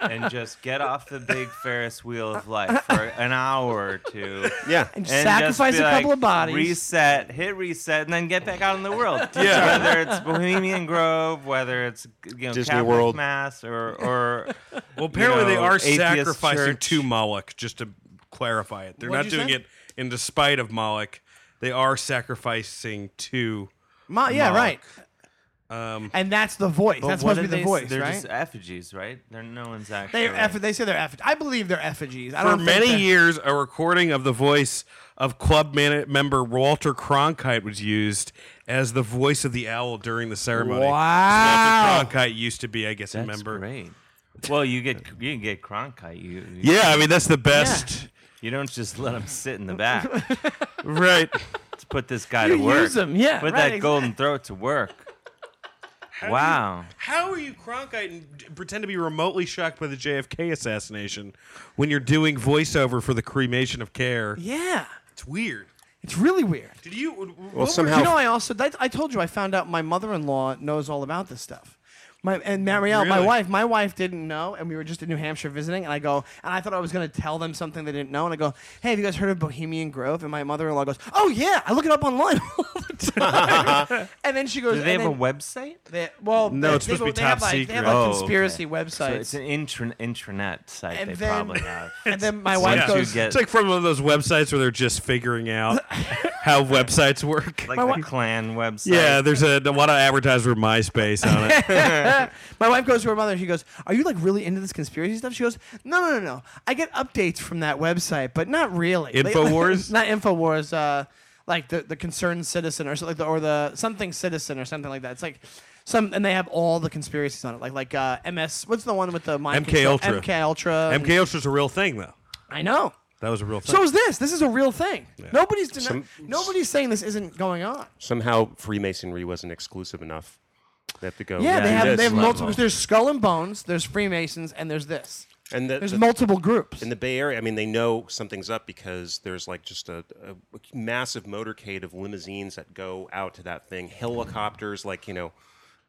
Speaker 5: And just get off the big Ferris wheel of life for an hour or two.
Speaker 6: Yeah.
Speaker 3: And
Speaker 5: and
Speaker 3: sacrifice
Speaker 5: just
Speaker 3: a
Speaker 5: be
Speaker 3: couple
Speaker 5: like,
Speaker 3: of bodies.
Speaker 5: Reset, hit reset, and then get back out in the world. yeah. Whether it's Bohemian Grove, whether it's you know,
Speaker 6: Disney
Speaker 5: Catholic
Speaker 6: World.
Speaker 5: Mass, or or
Speaker 4: Well, apparently
Speaker 5: know,
Speaker 4: they are
Speaker 5: atheist
Speaker 4: sacrificing
Speaker 5: church.
Speaker 4: to Moloch, just to clarify it. They're
Speaker 3: What'd
Speaker 4: not
Speaker 3: you
Speaker 4: doing
Speaker 3: say?
Speaker 4: it in despite of Moloch. They are sacrificing to.
Speaker 3: Ma- yeah,
Speaker 4: Mark.
Speaker 3: right.
Speaker 4: Um,
Speaker 3: And that's the voice.
Speaker 5: But
Speaker 3: that's
Speaker 5: what
Speaker 3: supposed to be
Speaker 5: do
Speaker 3: the
Speaker 5: they s-
Speaker 3: voice,
Speaker 5: They're
Speaker 3: right?
Speaker 5: just effigies, right? They're no one's actually.
Speaker 3: they eff- they say they're effigies. I believe they're effigies. I
Speaker 4: for
Speaker 3: don't think
Speaker 4: many
Speaker 3: they're-
Speaker 4: years, a recording of the voice of club man- member Walter Cronkite was used as the voice of the owl during the ceremony.
Speaker 3: Wow.
Speaker 4: Walter Cronkite used to be, I guess,
Speaker 5: That's
Speaker 4: a member.
Speaker 5: great. Well, you get you can get Cronkite. You, you
Speaker 4: Yeah, I mean that's the best.
Speaker 5: you don't just let him sit in the back.
Speaker 4: Right.
Speaker 5: Let's put this guy
Speaker 3: You
Speaker 5: to work.
Speaker 3: use them, yeah.
Speaker 5: Put
Speaker 3: right,
Speaker 5: that
Speaker 3: ex-
Speaker 5: golden throat to work. Wow.
Speaker 4: How are you Cronkite and d- pretend to be remotely shocked by the JFK assassination when you're doing voiceover for the cremation of care?
Speaker 3: Yeah,
Speaker 4: It's weird.
Speaker 3: it's really weird.
Speaker 4: Did you? Well,
Speaker 6: somehow-
Speaker 3: You know, I also that, I told you I found out my mother-in-law knows all about this stuff. My and Marielle, my
Speaker 4: Really?
Speaker 3: wife, my wife didn't know, and we were just in New Hampshire visiting, and I go and I thought I was going to tell them something they didn't know, and I go, "Hey, have you guys heard of Bohemian Grove?" And my mother-in-law goes, "Oh yeah, I look it up online all the time." and then she goes,
Speaker 5: Do they
Speaker 3: and
Speaker 5: have a
Speaker 3: then
Speaker 5: website?
Speaker 3: they- well,
Speaker 4: No,
Speaker 3: they-
Speaker 4: it's
Speaker 3: they
Speaker 4: supposed to
Speaker 3: go-
Speaker 4: be
Speaker 3: they
Speaker 4: top
Speaker 3: have, like- They
Speaker 4: secret.
Speaker 3: have like
Speaker 5: Oh, okay.
Speaker 3: conspiracy
Speaker 5: So
Speaker 3: websites,
Speaker 5: it's an intran- intranet site
Speaker 3: And
Speaker 5: they
Speaker 3: then-
Speaker 5: probably have.
Speaker 3: and then my
Speaker 5: Once
Speaker 3: wife
Speaker 5: you
Speaker 3: goes,
Speaker 5: get-
Speaker 4: It's like from one of those websites where they're just figuring out how websites work.
Speaker 5: like
Speaker 3: my wi-
Speaker 5: the clan website.
Speaker 4: yeah, there's a, a lot of advertisers for MySpace on it.
Speaker 3: My wife goes to her mother and she goes, Are you like really into this conspiracy stuff? She goes, No, no, no, no. I get updates from that website, but not really.
Speaker 4: Infowars?
Speaker 3: not InfoWars, uh, like the, the concerned citizen or so- like the or the something citizen or something like that. It's like some and they have all the conspiracies on it. Like like uh, MS what's the one with the mind
Speaker 4: MK
Speaker 3: control?
Speaker 4: Ultra.
Speaker 3: MK Ultra. and-
Speaker 4: MK Ultra's a real thing, though.
Speaker 3: I know.
Speaker 4: That was a real thing.
Speaker 3: So is this. This is a real thing. Nobody's deni-
Speaker 6: Some-
Speaker 3: nobody's saying this isn't going on.
Speaker 6: Somehow Freemasonry wasn't exclusive enough. They have to
Speaker 4: Oh,
Speaker 6: go.
Speaker 3: Yeah, they
Speaker 6: do
Speaker 3: have
Speaker 6: this
Speaker 3: they have
Speaker 6: level.
Speaker 3: multiple. There's Skull and Bones, there's Freemasons, and there's this.
Speaker 6: And the,
Speaker 3: There's
Speaker 6: the-
Speaker 3: multiple groups.
Speaker 6: in the Bay Area, I mean, they know something's up because there's like just a, a massive motorcade of limousines that go out to that thing. Helicopters, like you know,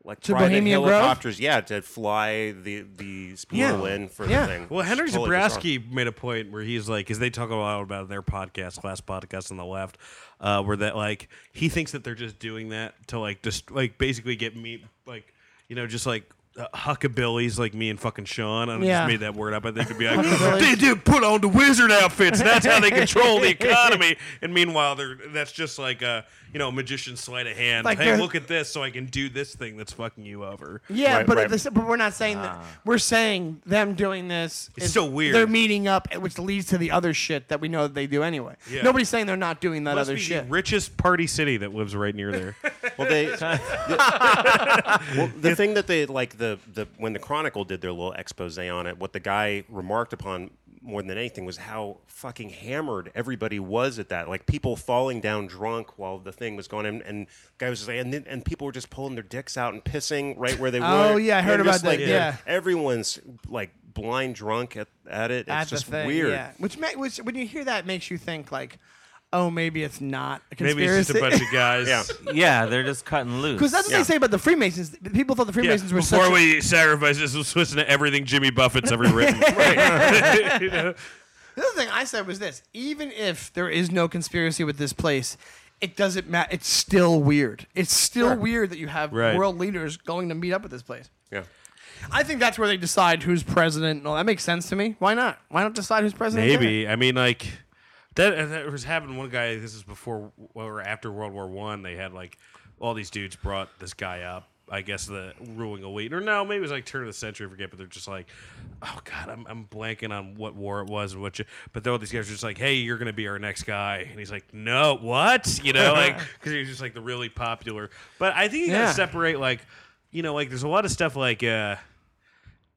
Speaker 6: like
Speaker 3: To
Speaker 6: private
Speaker 3: Bohemian Grove?
Speaker 6: helicopters, yeah, to fly the these people
Speaker 3: Yeah.
Speaker 6: in for
Speaker 3: Yeah.
Speaker 6: the thing.
Speaker 4: Well,
Speaker 6: It's
Speaker 4: Henry
Speaker 6: totally bizarre.
Speaker 4: Zabrowski made a point where he's like, because they talk a lot about their podcast, last podcast on the left, uh, where that like he thinks that they're just doing that to like just like basically get me like you know just like. Uh, huckabillies like me and fucking Sean. I
Speaker 3: Yeah.
Speaker 4: just made that word up. I think to be like
Speaker 3: Huckabillies.
Speaker 4: they did put on the wizard outfits. That's how they control the economy. And meanwhile, they're that's just like a you know magician sleight of hand.
Speaker 3: Like
Speaker 4: hey,
Speaker 3: they're-
Speaker 4: look at this, so I can do this thing that's fucking you over.
Speaker 3: yeah,
Speaker 6: Right,
Speaker 3: but,
Speaker 6: right.
Speaker 3: at the s- but we're not saying that. We're saying them doing this.
Speaker 4: Ah. It's
Speaker 3: is-
Speaker 4: so weird.
Speaker 3: They're meeting up, which leads to the other shit that we know that they do anyway.
Speaker 4: Yeah.
Speaker 3: Nobody's saying they're not doing that
Speaker 4: Must
Speaker 3: other
Speaker 4: be
Speaker 3: shit.
Speaker 4: the richest party city that lives right near there.
Speaker 6: Well, they the- well, the thing that they like the the when the Chronicle did their little expose on it, what the guy remarked upon more than anything was how fucking hammered everybody was at that. Like people falling down drunk while the thing was going, on, and guy was just like, and, then, and people were just pulling their dicks out and pissing right where they were.
Speaker 3: Oh, yeah, I heard
Speaker 6: And just,
Speaker 3: about that,
Speaker 6: like,
Speaker 3: yeah.
Speaker 6: everyone's like blind drunk at, at it. It's
Speaker 3: at the
Speaker 6: just
Speaker 3: thing,
Speaker 6: weird.
Speaker 3: yeah. Which, ma- which when you hear that makes you think like, oh, maybe it's not a conspiracy.
Speaker 4: Maybe it's just a bunch of guys.
Speaker 6: Yeah.
Speaker 5: yeah, they're just cutting loose.
Speaker 3: Because that's what
Speaker 6: Yeah.
Speaker 3: they say about the Freemasons. The People thought the
Speaker 4: Yeah,
Speaker 3: Freemasons were
Speaker 4: Before
Speaker 3: such.
Speaker 4: we sacrifice this, let's listen to everything Jimmy Buffett's ever written. right. You know?
Speaker 3: the other thing I said was this: even if there is no conspiracy with this place, it doesn't matter. It's still weird. It's still weird that you have
Speaker 4: Right.
Speaker 3: world leaders going to meet up at this place.
Speaker 6: yeah.
Speaker 3: I think that's where they decide who's president. and all that makes sense to me. Why not? Why not decide who's president? there?
Speaker 4: Maybe. I mean, like that, that was happening. One guy. This is before or after World War One. They had like all these dudes brought this guy up. I guess the ruling elite, or no, maybe it was like turn of the century. I forget, but they're just like, oh god, I'm, I'm blanking on what war it was and what. You, but then all these guys are just like, hey, you're gonna be our next guy, and he's like, no, what? You know, like because he was just like the really popular. But I think you gotta
Speaker 3: Yeah.
Speaker 4: separate like, you know, like there's a lot of stuff like. uh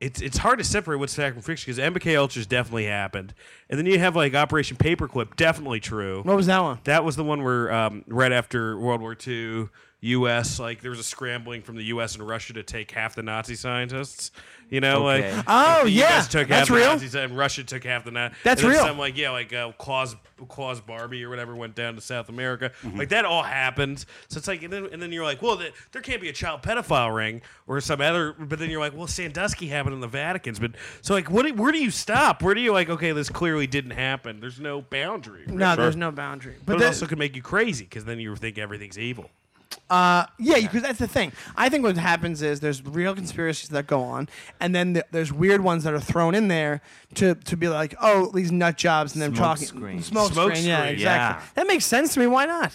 Speaker 4: it's it's hard to separate what's fact from fiction because MBK Ultra's definitely happened, and then you have like Operation Paperclip, definitely true.
Speaker 3: What was that one?
Speaker 4: That was the one where um, right after World War II, U.S. like there was a scrambling from the U.S. and Russia to take half the Nazi scientists. You know,
Speaker 5: Okay.
Speaker 4: like
Speaker 3: Oh
Speaker 4: the
Speaker 3: yeah,
Speaker 4: US took
Speaker 3: that's
Speaker 4: half the
Speaker 3: real.
Speaker 4: Nazis and Russia took half the Nazis.
Speaker 3: That's
Speaker 4: and then
Speaker 3: real.
Speaker 4: Some like yeah, like uh, Claus Claus Barbie or whatever went down to South America.
Speaker 3: Mm-hmm.
Speaker 4: Like that all happened. So it's like and then, and then you're like, well, th- there can't be a child pedophile ring or some other. But then you're like, well, Sandusky happened in the Vatican's. But so like, what? do- Where do you stop? Where do you like? Okay, this clearly didn't happen. There's no boundary. right?
Speaker 3: No, there's no boundary.
Speaker 4: But,
Speaker 3: the-
Speaker 4: it also could make you crazy because then you think everything's evil.
Speaker 3: Yeah, because that's the thing. I think what happens is there's real conspiracies that go on, and then th- there's weird ones that are thrown in there to to be like, oh, these nut jobs and them
Speaker 5: Smoke
Speaker 3: talking
Speaker 5: screen.
Speaker 3: smoke,
Speaker 4: Smoke
Speaker 3: screen. Yeah,
Speaker 4: screen.
Speaker 3: exactly.
Speaker 5: Yeah.
Speaker 3: That makes sense to me. Why not?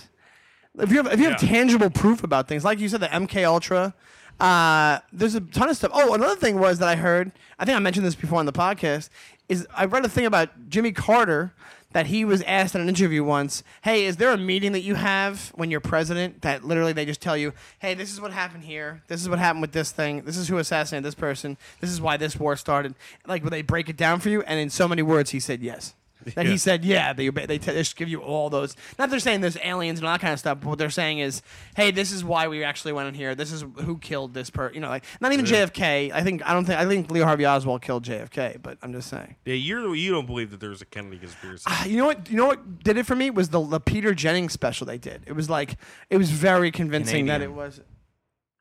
Speaker 3: If you have if you have
Speaker 4: Yeah.
Speaker 3: tangible proof about things, like you said, the MK Ultra. Uh, there's a ton of stuff. Oh, another thing was that I heard. I think I mentioned this before on the podcast. Is I read a thing about Jimmy Carter that he was asked in an interview once, "Hey, is there a meeting that you have when you're president that literally they just tell you, hey, this is what happened here, this is what happened with this thing, this is who assassinated this person, this is why this war started, like, will they break it down for you?" And in so many words, he said yes. That he said, yeah, they they, t- they just give you all those. Not they're saying there's aliens and all that kind of stuff, but what they're saying is, hey, this is why we actually went in here. This is who killed this person. You know, like not even JFK. I think I don't think I think Leo Harvey Oswald killed JFK, but I'm just saying.
Speaker 4: Yeah, you're you don't believe that there's a Kennedy conspiracy.
Speaker 3: Ah, You know what? You know what did it for me was the, the Peter Jennings special they did. It was like it was very convincing that it
Speaker 5: Canadian.
Speaker 3: was.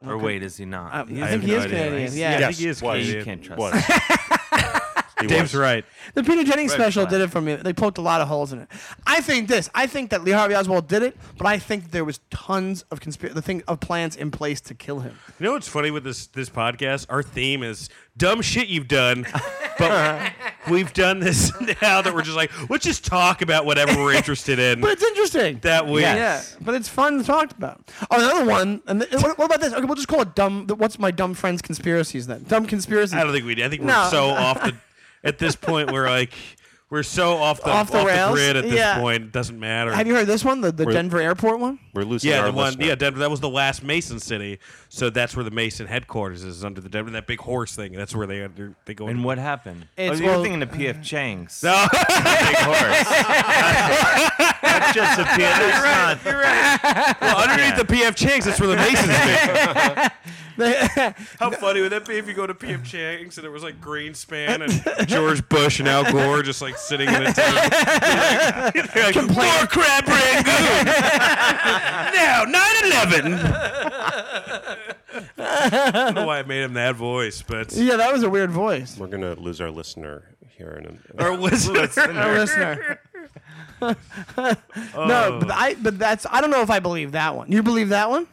Speaker 5: or wait, is he not?
Speaker 3: Uh, I think
Speaker 5: have
Speaker 3: he
Speaker 5: no
Speaker 3: is
Speaker 5: idea.
Speaker 3: Canadian,
Speaker 5: Yeah,
Speaker 3: yeah.
Speaker 4: I think he is
Speaker 6: was.
Speaker 5: you
Speaker 4: Canadian.
Speaker 5: can't trust.
Speaker 6: Was.
Speaker 5: him.
Speaker 6: He
Speaker 4: Dave's
Speaker 6: was.
Speaker 4: right.
Speaker 3: The Peter Jennings
Speaker 5: Red
Speaker 3: special
Speaker 5: flag.
Speaker 3: did it for me. They poked a lot of holes in it. I think this. I think that Lee Harvey Oswald did it, but I think there was tons of conspiracy, the thing of plans in place to kill him.
Speaker 4: You know what's funny with this this podcast? Our theme is dumb shit you've done, but we've done this now that we're just like let's just talk about whatever we're interested in
Speaker 3: But it's interesting.
Speaker 4: that week.
Speaker 3: Yeah, but it's fun to talk about. Oh, another one. And th- what, what about this? Okay, we'll just call it dumb. the- What's my dumb friends conspiracies then? Dumb conspiracies.
Speaker 4: I don't think we do. I think
Speaker 3: No.
Speaker 4: we're so off the at this point. We're like we're so off the
Speaker 3: Off the rails?
Speaker 4: grid at this
Speaker 3: Yeah.
Speaker 4: point. It doesn't matter.
Speaker 3: Have you heard this one? The, the
Speaker 6: Were-
Speaker 3: Denver airport one.
Speaker 6: We're losing
Speaker 4: yeah,
Speaker 6: our
Speaker 4: the one.
Speaker 6: listener.
Speaker 4: Yeah, Denver. That was the last Mason city, so that's where the Mason headquarters is under the Denver. That big horse thing. That's where they under, they go.
Speaker 5: And what happened?
Speaker 3: It's-
Speaker 5: oh, you
Speaker 3: well- uh,
Speaker 5: were thinking of P.F. Chang's.
Speaker 4: No.
Speaker 5: Big horse. That's just a P.F. That's not-
Speaker 4: Well, underneath the PF Chang's, that's where the Masons. big.
Speaker 3: They-
Speaker 4: How funny would that be if you go to PM Chang's and it was like Greenspan and George Bush and Al Gore just like sitting in a table? They're like, More crab rangoon. now nine eleven. I don't know why I made him that voice, but
Speaker 3: yeah, that was a weird voice.
Speaker 6: We're gonna lose our listener here in a.
Speaker 4: our listener.
Speaker 3: Our listener.
Speaker 4: Oh.
Speaker 3: no, but I but that's I don't know if I believe that one. You believe that one?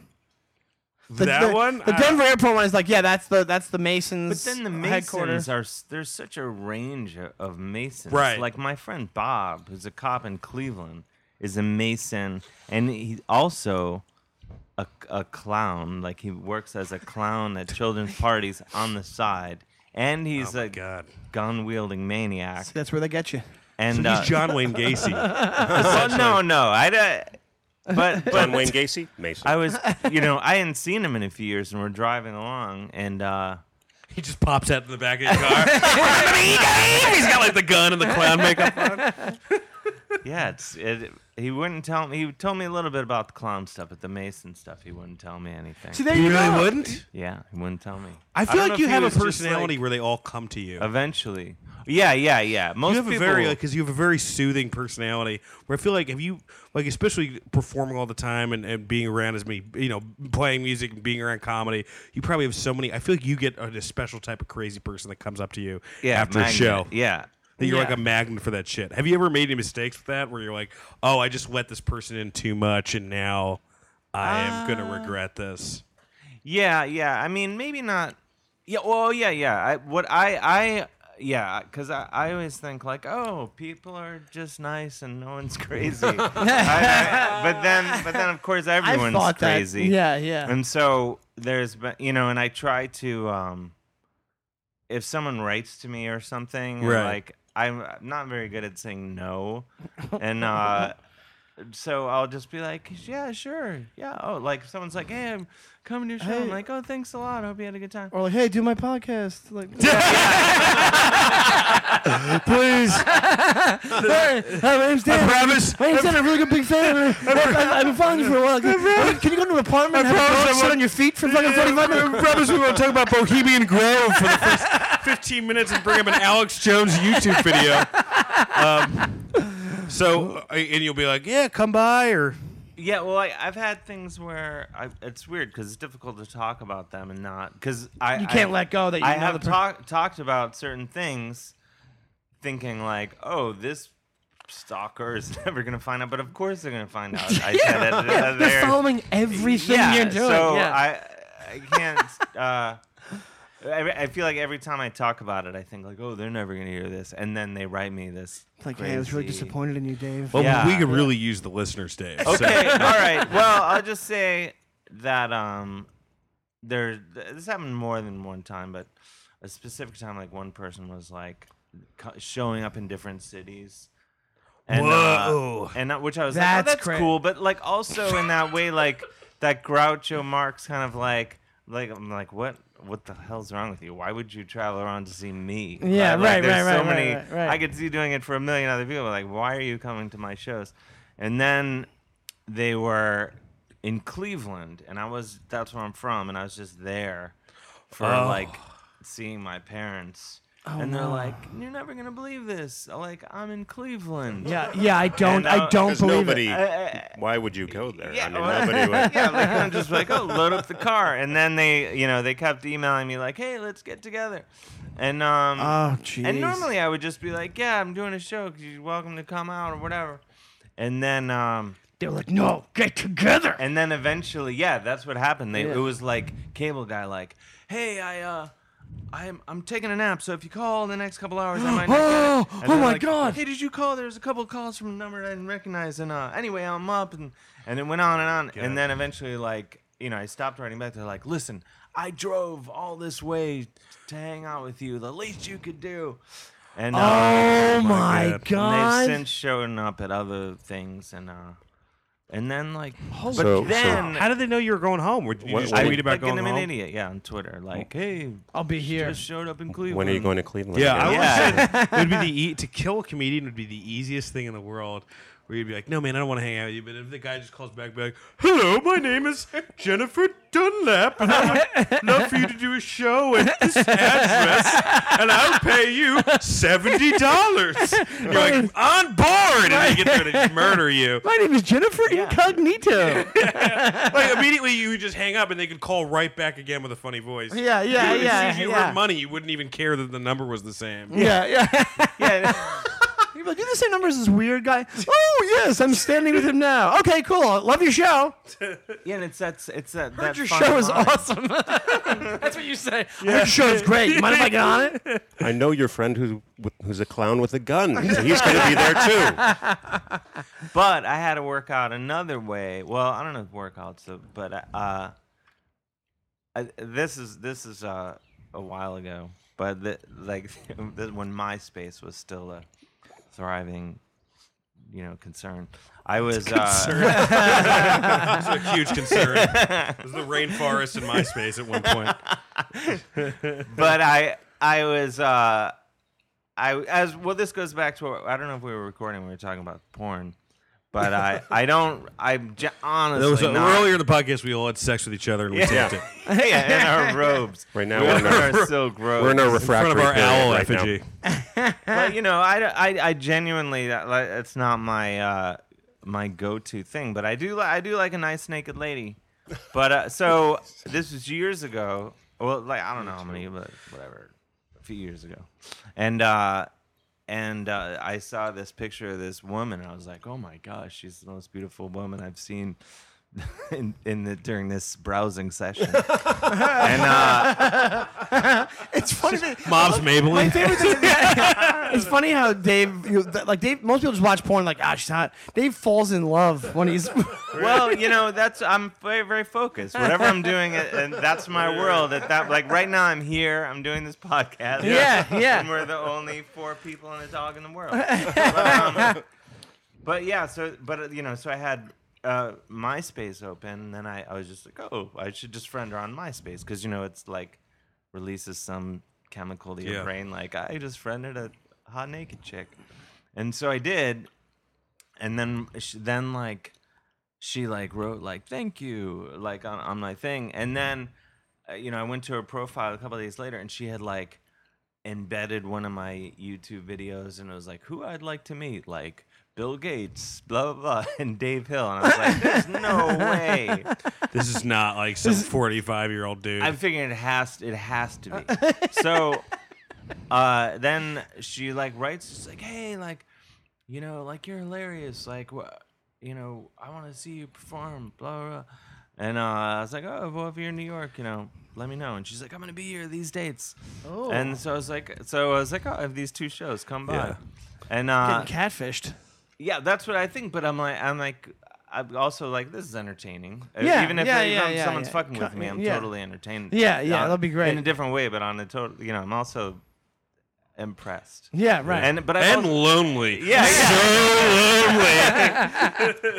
Speaker 3: The,
Speaker 4: that
Speaker 3: the-
Speaker 4: one.
Speaker 3: The
Speaker 4: I-
Speaker 3: Denver airport one is like, yeah, that's the that's the Masons.
Speaker 5: But then the
Speaker 3: headquarters.
Speaker 5: Masons are s- there's such a range o- of Masons.
Speaker 4: Right.
Speaker 5: Like my friend Bob, who's a cop in Cleveland, is a Mason, and he also a, a clown. Like he works as a clown at children's parties on the side, and he's
Speaker 4: Oh my
Speaker 5: a
Speaker 4: God.
Speaker 5: gun wielding maniac.
Speaker 3: That's where they get you.
Speaker 5: And uh,
Speaker 4: He's John Wayne Gacy.
Speaker 5: well, no, no, I. don't- But but
Speaker 6: John Wayne Gacy, Mason.
Speaker 5: I was, you know, I hadn't seen him in a few years, and we're driving along, and. uh
Speaker 4: He just pops out in the back of your car. He's got like the gun and the clown makeup on.
Speaker 5: Yeah, it's it. He wouldn't tell me. He told me a little bit about the clown stuff, but the Mason stuff, he wouldn't tell me anything.
Speaker 3: See, there you, go.
Speaker 4: wouldn't.
Speaker 5: yeah, he wouldn't tell me.
Speaker 4: I
Speaker 5: don't
Speaker 4: feel
Speaker 5: know
Speaker 4: like
Speaker 5: if
Speaker 4: you
Speaker 5: he
Speaker 4: have a
Speaker 5: was just,
Speaker 4: personality
Speaker 5: like,
Speaker 4: where they all come to you.
Speaker 5: eventually. Yeah, yeah, yeah. Most
Speaker 4: you have
Speaker 5: people.
Speaker 4: a very like because you have a very soothing personality where I feel like if you like especially performing all the time and, and being around as me you know playing music and being around comedy you probably have so many I feel like you get a, a special type of crazy person that comes up to you
Speaker 5: yeah,
Speaker 4: after a
Speaker 5: magnet.
Speaker 4: show
Speaker 5: Yeah.
Speaker 4: that you're like
Speaker 3: Yeah.
Speaker 4: a magnet for that shit have you ever made any mistakes with that where you're like oh I just let this person in too much and now I am gonna
Speaker 5: Uh,
Speaker 4: regret this
Speaker 5: Yeah, yeah. I mean, maybe not. Yeah. Well, yeah, yeah. I what I I yeah, because I, I always think like, oh, people are just nice and no one's crazy. I- I- but then, but then of course everyone's
Speaker 3: thought that-
Speaker 5: crazy.
Speaker 3: yeah, yeah.
Speaker 5: And so there's been, you know, and I try to um, if someone writes to me or something,
Speaker 4: Right.
Speaker 5: like I'm not very good at saying no, and uh. so I'll just be like, yeah, sure, yeah. Oh, like someone's like, hey, I'm coming to your show. I'm
Speaker 3: Hey. Oh.
Speaker 5: like, oh, thanks a lot. I hope you had a good time.
Speaker 3: Or like, hey, do my podcast. Like,
Speaker 4: please
Speaker 3: Hi, my name's Dan.
Speaker 4: I promise.
Speaker 3: My name's Dan. I'm a really good big fan. I, I, I've been following you for a while. Can, can you go to an apartment and
Speaker 4: I
Speaker 3: have
Speaker 4: promise
Speaker 3: a
Speaker 4: I
Speaker 3: dog sit
Speaker 4: won't-
Speaker 3: on your feet for fucking 45 minutes?
Speaker 4: promise we won't talk about Bohemian Grove for the first 15 minutes and bring up an Alex Jones YouTube video. Um, so, uh, and you'll be like, yeah, come by or.
Speaker 5: Yeah, well, I, I've had things where I, it's weird because it's difficult to talk about them and not because I
Speaker 3: You can't
Speaker 5: I-
Speaker 3: let go that you
Speaker 5: I
Speaker 3: know
Speaker 5: have
Speaker 3: the per-
Speaker 5: talked talked about certain things, thinking like, oh, this stalker is never gonna find out, but of course they're gonna find out. I said that
Speaker 3: Yeah, they're
Speaker 5: there.
Speaker 3: following everything
Speaker 5: yeah,
Speaker 3: you're doing.
Speaker 5: So
Speaker 3: yeah.
Speaker 5: I I can't. uh, I, I feel like every time I talk about it, I think like, oh, they're never gonna hear this, and then they write me this.
Speaker 3: It's like, hey, I was really
Speaker 5: crazy-
Speaker 3: disappointed in you, Dave.
Speaker 4: Well,
Speaker 5: Yeah.
Speaker 4: we could really use the listeners, Dave. so-
Speaker 5: Okay, all right. Well, I'll just say that um, there th- this happened more than one time, but a specific time, like one person was like co- showing up in different cities. And, uh,
Speaker 4: Whoa.
Speaker 5: and that, which I was like,
Speaker 3: That's
Speaker 5: oh, that's
Speaker 3: cra-
Speaker 5: cool, but like also in that way, like that Groucho Marx kind of like, like I'm like, what, what the hell's wrong with you? Why would you travel around to see me?
Speaker 3: Yeah,
Speaker 5: Like,
Speaker 3: right,
Speaker 5: like, there's
Speaker 3: right,
Speaker 5: so
Speaker 3: right, right,
Speaker 5: many,
Speaker 3: right, right.
Speaker 5: I could see doing it for a million other people. but, Like, why are you coming to my shows? And then they were in Cleveland, and I was that's where I'm from, and I was just there for
Speaker 4: Oh.
Speaker 5: like seeing my parents.
Speaker 3: Oh,
Speaker 5: and they're like, "You're never gonna believe this! Like, I'm in Cleveland."
Speaker 3: yeah, yeah, I don't,
Speaker 5: And, uh,
Speaker 3: I don't
Speaker 6: Because
Speaker 3: believe
Speaker 6: nobody.
Speaker 3: it.
Speaker 6: why would you go there?
Speaker 5: Yeah,
Speaker 6: I mean,
Speaker 5: well-
Speaker 6: nobody would.
Speaker 5: yeah, like I'm just like, oh, load up the car, and then they, you know, they kept emailing me like, hey, let's get together, and um,
Speaker 3: Oh, jeez.
Speaker 5: and normally I would just be like, yeah, I'm doing a show, you you're welcome to come out or whatever, and then um,
Speaker 3: they're like, no, get together.
Speaker 5: and then eventually, yeah, that's what happened. They, It was like cable guy, like, hey, I uh. I'm I'm taking a nap, so if you call in the next couple hours, I might not
Speaker 3: Oh,
Speaker 5: get it.
Speaker 3: oh
Speaker 5: they're
Speaker 3: my God.
Speaker 5: Hey, did you call? There's a couple of calls from a number I didn't recognize, and uh, anyway, I'm up, and and it went on and on, and then eventually, like, you know, I stopped writing back. They're like, listen, I drove all this way to hang out with you. The least you could do. And uh,
Speaker 3: oh my
Speaker 4: God.
Speaker 5: and
Speaker 3: god.
Speaker 5: they've since shown up at other things, and uh, and then like, but
Speaker 6: So- so-
Speaker 5: then
Speaker 4: How did they know you were going home? Were you
Speaker 6: What-
Speaker 4: just
Speaker 6: what-
Speaker 4: tweet about
Speaker 5: like,
Speaker 4: going
Speaker 5: I'm an
Speaker 4: home?
Speaker 5: idiot, yeah, on Twitter, like, hey,
Speaker 3: I'll be here.
Speaker 5: just showed up in Cleveland.
Speaker 6: When are you going to Cleveland?
Speaker 4: Yeah, I
Speaker 6: again?
Speaker 4: always
Speaker 5: Yeah.
Speaker 4: said it would be the e- to kill a comedian would be the easiest thing in the world. where you'd be like, no, man, I don't want to hang out with you. But if the guy just calls back, be like, hello, my name is Jennifer Dunlap, and I would love for you to do a show at this address, and I'll pay you $70. You're like, on board! And they get there to just murder you.
Speaker 3: My name is Jennifer Incognito.
Speaker 4: Like, immediately you would just hang up, and they could call right back again with a funny voice.
Speaker 3: Yeah, yeah,
Speaker 4: As soon
Speaker 3: yeah,
Speaker 4: as you
Speaker 3: yeah.
Speaker 4: heard money, you wouldn't even care that the number was the same.
Speaker 3: yeah, yeah, yeah. You're like, you the same number as this weird guy. Oh yes, I'm standing with him now. Okay, cool. Love your show.
Speaker 5: Yeah, and it's that. It's that.
Speaker 3: Heard
Speaker 5: that
Speaker 3: your
Speaker 5: fine
Speaker 3: show is
Speaker 5: line.
Speaker 3: awesome. That's what you say. Yeah. Your show is great. Mind if I get on it?
Speaker 6: I know your friend who who's a clown with a gun. So he's going to be there too.
Speaker 5: But I had to work out another way. Well, I don't know if workouts, uh, but uh, I, this is this is uh, a while ago. But the, like this, when MySpace was still a thriving, you know, concern, I was uh,
Speaker 4: It's a huge concern. It was the rainforest in MySpace at one point.
Speaker 5: but I I was uh I as well this goes back to I don't know if we were recording when we were talking about porn but I I don't I'm j- honestly
Speaker 4: There was a,
Speaker 5: not,
Speaker 4: earlier in the podcast we all had sex with each other and we taped it
Speaker 5: yeah, in our robes
Speaker 6: Right now
Speaker 5: we
Speaker 6: we're in our-
Speaker 5: silk robes
Speaker 6: We're in a
Speaker 4: in front
Speaker 6: refractory
Speaker 4: of our
Speaker 6: period
Speaker 4: owl
Speaker 6: right now.
Speaker 4: effigy.
Speaker 5: but you know I, I, I genuinely that like, that's not my uh my go-to thing but I do li- I do like a nice naked lady but uh, so this was years ago well like I don't know how many but whatever a few years ago and uh and uh, I saw this picture of this woman, and I was like, "Oh my gosh, she's the most beautiful woman I've seen in, in the, during this browsing session." and uh,
Speaker 3: It's funny. that-
Speaker 4: Mob's
Speaker 3: My
Speaker 4: Maybelline.
Speaker 3: favorite thing. it's funny how Dave, you, th- like Dave, most people just watch porn like, ah, she's hot. Dave falls in love when he's.
Speaker 5: well, you know, that's I'm very very focused. Whatever I'm doing, it- and that's my world. At that, like right now, I'm here. I'm doing this podcast.
Speaker 3: Yeah, yeah.
Speaker 5: And we're the only four people and a dog in the world. But, um, but yeah, so but uh, you know, so I had uh, MySpace open, and then I, I was just like, oh, I should just friend her on MySpace because you know it's like releases some chemical to your
Speaker 4: Yeah.
Speaker 5: brain. Like I just friended a hot naked chick, and so I did, and then sh then like she like wrote like thank you like on, on my thing and then uh, you know i went to her profile a couple of days later and she had like embedded one of my youtube videos and it was like who i'd like to meet like bill gates blah blah, blah and dave hill and i was like there's no way
Speaker 4: This is not like some 45 year old dude.
Speaker 5: I'm figuring it has it has to be. so uh, then she like writes she's like, hey, like, you know, like you're hilarious. Like, wha- you know, I want to see you perform. Blah blah. blah. And uh, I was like, oh, well, if you're in New York, you know, let me know. And she's like, I'm gonna be here these dates. Oh. And so I was like, so I was like, oh, I have these two shows. Come by.
Speaker 4: Yeah.
Speaker 5: And uh,
Speaker 3: Getting catfished.
Speaker 5: yeah, that's what I think. But I'm like, I'm like, I'm also like, this is entertaining. Uh,
Speaker 3: Yeah,
Speaker 5: Even if
Speaker 3: yeah,
Speaker 5: they-
Speaker 3: yeah,
Speaker 5: um,
Speaker 3: yeah,
Speaker 5: someone's
Speaker 3: yeah.
Speaker 5: fucking
Speaker 3: Co-
Speaker 5: with me, I'm
Speaker 3: yeah.
Speaker 5: totally entertained.
Speaker 3: Yeah, yeah,
Speaker 5: Uh,
Speaker 3: that'd be great.
Speaker 5: in a different way. But on a total, you know, I'm also impressed.
Speaker 3: Yeah, right.
Speaker 5: And but I
Speaker 4: and
Speaker 5: also,
Speaker 4: lonely.
Speaker 5: yeah, yeah.
Speaker 4: So lonely.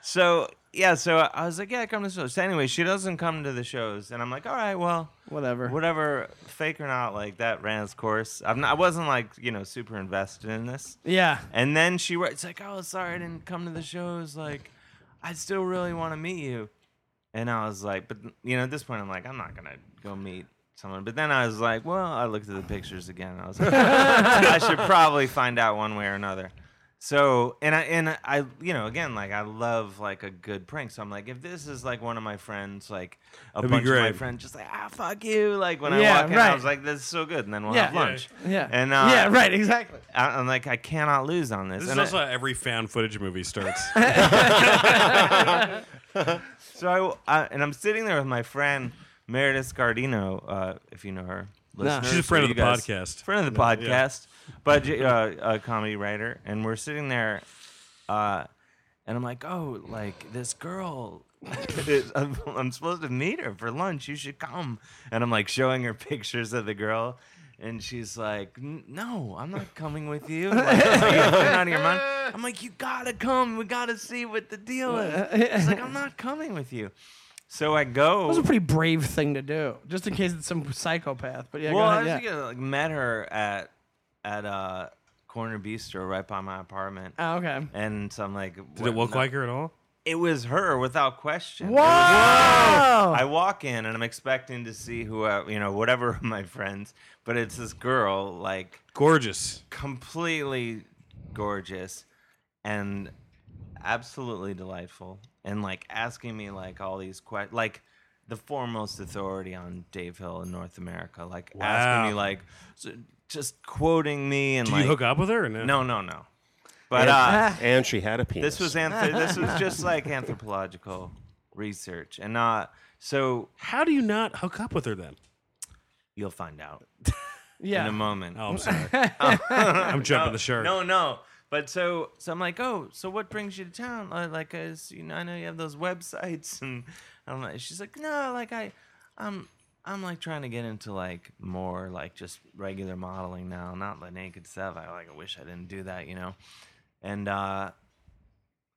Speaker 5: So yeah, so I was like, yeah, come to the shows. So anyway, she doesn't come to the shows, and I'm like, all right, well,
Speaker 3: Whatever.
Speaker 5: whatever, fake or not, like that ran its course. I'm not, I wasn't like you know super invested in this.
Speaker 3: Yeah.
Speaker 5: And then she writes like, "Oh, sorry, I didn't come to the shows. Like, I still really want to meet you." And I was like, "But you know, at this point, I'm like, I'm not gonna go meet someone." But then I was like, "Well, I looked at the pictures again. And I was like, I should probably find out one way or another." So, and I and I, you know, again, like I love like a good prank. So I'm like, if this is like one of my friends, like a
Speaker 4: That'd be
Speaker 5: bunch of my
Speaker 4: great.
Speaker 5: friends, just like, ah, fuck you. Like when
Speaker 3: Yeah,
Speaker 5: I walk in,
Speaker 3: right.
Speaker 5: I was like, this is so good. And then we'll
Speaker 3: Yeah.
Speaker 5: have lunch.
Speaker 3: Yeah.
Speaker 5: And uh,
Speaker 3: yeah, right. Exactly.
Speaker 5: I, I'm like, I cannot lose on this.
Speaker 4: This is
Speaker 5: And I-
Speaker 4: also how every found footage movie starts.
Speaker 5: So I, I- and I'm sitting there with my friend Meredith Scardino, uh, if you know her. listeners,
Speaker 4: She's a friend
Speaker 5: or
Speaker 4: of
Speaker 5: you
Speaker 4: the
Speaker 5: guys-
Speaker 4: podcast.
Speaker 5: Friend of the podcast, but uh, a comedy writer, and we're sitting there, uh, and I'm like, oh, like this girl. is- I'm, I'm supposed to meet her for lunch. You should come. And I'm like showing her pictures of the girl, and she's like, "N- "No, I'm not coming with you. Like, are you out of your mind?" I'm like, "You gotta come. We gotta see what the deal is." She's like, "I'm not coming with you." So I go.
Speaker 3: That was a pretty brave thing to do, just in case it's some psychopath. But yeah,
Speaker 5: well,
Speaker 3: go
Speaker 5: I
Speaker 3: ahead,
Speaker 5: was
Speaker 3: yeah.
Speaker 5: thinking, like met her at at uh corner bistro right by my apartment.
Speaker 3: Oh, okay.
Speaker 5: And so I'm like,
Speaker 4: Did it look like her at all?
Speaker 5: It was her without question. It was-
Speaker 3: Whoa!
Speaker 4: Oh.
Speaker 5: I walk in and I'm expecting to see who, I, you know, whatever of my friends, but it's this girl, like
Speaker 4: Gorgeous.
Speaker 5: completely gorgeous and absolutely delightful, and like asking me like all these questions, like the foremost authority on Dave Hill in North America, like asking me
Speaker 4: Wow.
Speaker 5: like s- just quoting me and
Speaker 4: Did
Speaker 5: like
Speaker 4: you hook up with her? Or no.
Speaker 5: No, no, no. But uh,
Speaker 6: and she had a penis.
Speaker 5: this was anth- this was just like anthropological research, and not so
Speaker 4: How do you not hook up with her then?
Speaker 5: you'll find out in a
Speaker 3: yeah.
Speaker 5: moment.
Speaker 4: Oh, I'm sorry. I'm jumping the shark.
Speaker 5: Oh, No, no. But so, so I'm like, oh, so what brings you to town? Uh, Like, is, you know, I know you have those websites, and I'm like, she's like, no, like I, I'm, I'm like trying to get into like more like just regular modeling now, not the naked stuff. I like, I wish I didn't do that, you know. And uh,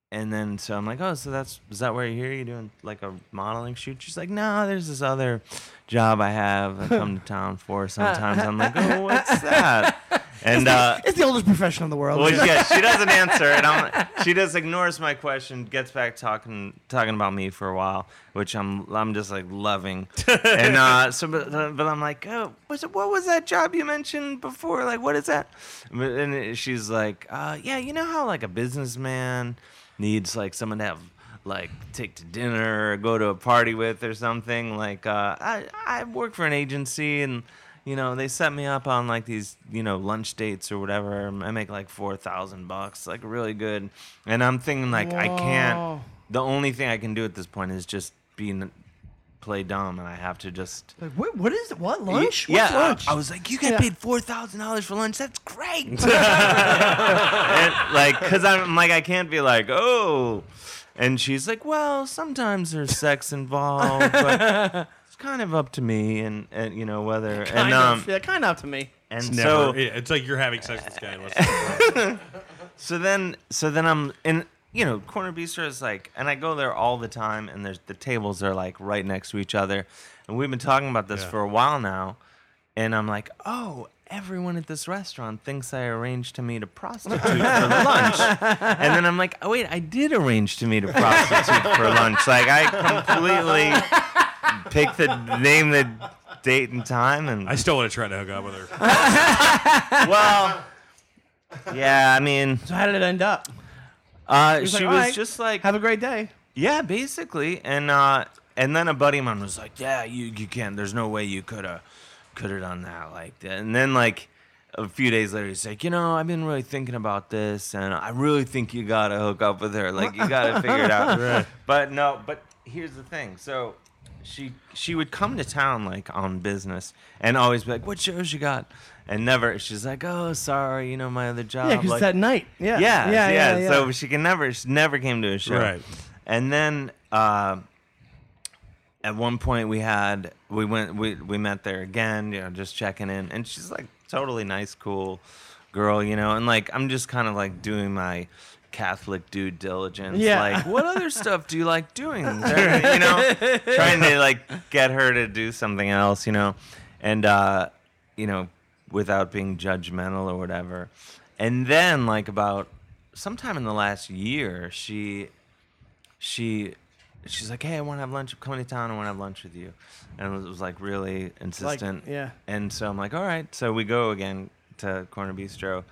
Speaker 5: and then so I'm like, oh, so that's is that where you're here? You doing like a modeling shoot? She's like, no, there's this other job I have I come to town for sometimes. I'm like, oh, what's that? And uh,
Speaker 3: It's the oldest profession in the world.
Speaker 5: well, yeah, she doesn't answer, and I'm, she just ignores my question. Gets back talking talking about me for a while, which I'm I'm just like loving. And uh, so, but, but I'm like, oh, was it, what was that job you mentioned before? Like, what is that? But- And she's like, uh, yeah, you know how like a businessman needs like someone to have like take to dinner or go to a party with or something. Like, uh, I I work for an agency and you know, they set me up on like these, you know, lunch dates or whatever. I make like four thousand bucks, like really good. And I'm thinking like I can't.
Speaker 3: Whoa.
Speaker 5: The only thing I can do at this point is just be n- play dumb, and I have to just.
Speaker 3: Like, what, what is it? What lunch?
Speaker 5: Yeah,
Speaker 3: What's
Speaker 5: I-
Speaker 3: lunch?
Speaker 5: I, was like, you get
Speaker 3: Yeah.
Speaker 5: paid four thousand dollars for lunch. That's great. And, like, cause I'm like, I can't be like, oh. And she's like, well, sometimes there's sex involved, but it's kind of up to me, and, and you know whether
Speaker 3: kind
Speaker 5: and um
Speaker 3: of, yeah, kind of to me.
Speaker 5: and
Speaker 4: It's
Speaker 5: so
Speaker 4: never. it- it's like you're having sex with this guy. Unless
Speaker 5: So then, so then I'm in. You know, corner bistro is like, and I go there all the time, and there's the tables are like right next to each other, and we've been talking about this
Speaker 4: Yeah.
Speaker 5: for a while now, and I'm like, oh, everyone at this restaurant thinks I arranged to meet a prostitute for lunch, and then I'm like, oh wait, I did arrange to meet a prostitute for lunch. Like I completely picked the name, the date, and time, and
Speaker 4: I still want to try to hook up with her.
Speaker 5: well, yeah, I mean,
Speaker 3: So how did it end up?
Speaker 5: uh,
Speaker 3: was
Speaker 5: she
Speaker 3: like,
Speaker 5: was
Speaker 3: "Alright,
Speaker 5: just like.
Speaker 3: Have a great day.
Speaker 5: Yeah, basically, and uh, and then a buddy of mine was like, "Yeah, you you can't. There's no way you could have could have done that like that." And then like a few days later, he's like, "You know, I've been really thinking about this, and I really think you gotta hook up with her. Like, you gotta figure it out." But no, but here's the thing. So she she would come to town like on business and always be like, "What shows you got?" And never, she's like, "Oh, sorry, you know, my other job."
Speaker 3: Yeah, because
Speaker 5: Uh, like,
Speaker 3: it's at night. Yeah.
Speaker 5: yeah, yeah,
Speaker 3: Yeah. yeah.
Speaker 5: So she can never, she never came to a show.
Speaker 4: Right.
Speaker 5: And then uh, at one point we had, we went, we we met there again, you know, just checking in, and she's like totally nice, cool girl, you know, and like I'm just kind of like doing my Catholic due diligence,
Speaker 3: Yeah.
Speaker 5: like what other stuff do you like doing? There, you know, trying to like get her to do something else, you know, and uh, you know, without being judgmental or whatever. And then like about sometime in the last year, she she she's like, "Hey, I want to have lunch. I'm coming to town. I want to have lunch with you." And it was like really insistent.
Speaker 3: yeah.
Speaker 5: And so I'm like, "All right." So we go again to Corner Bistro,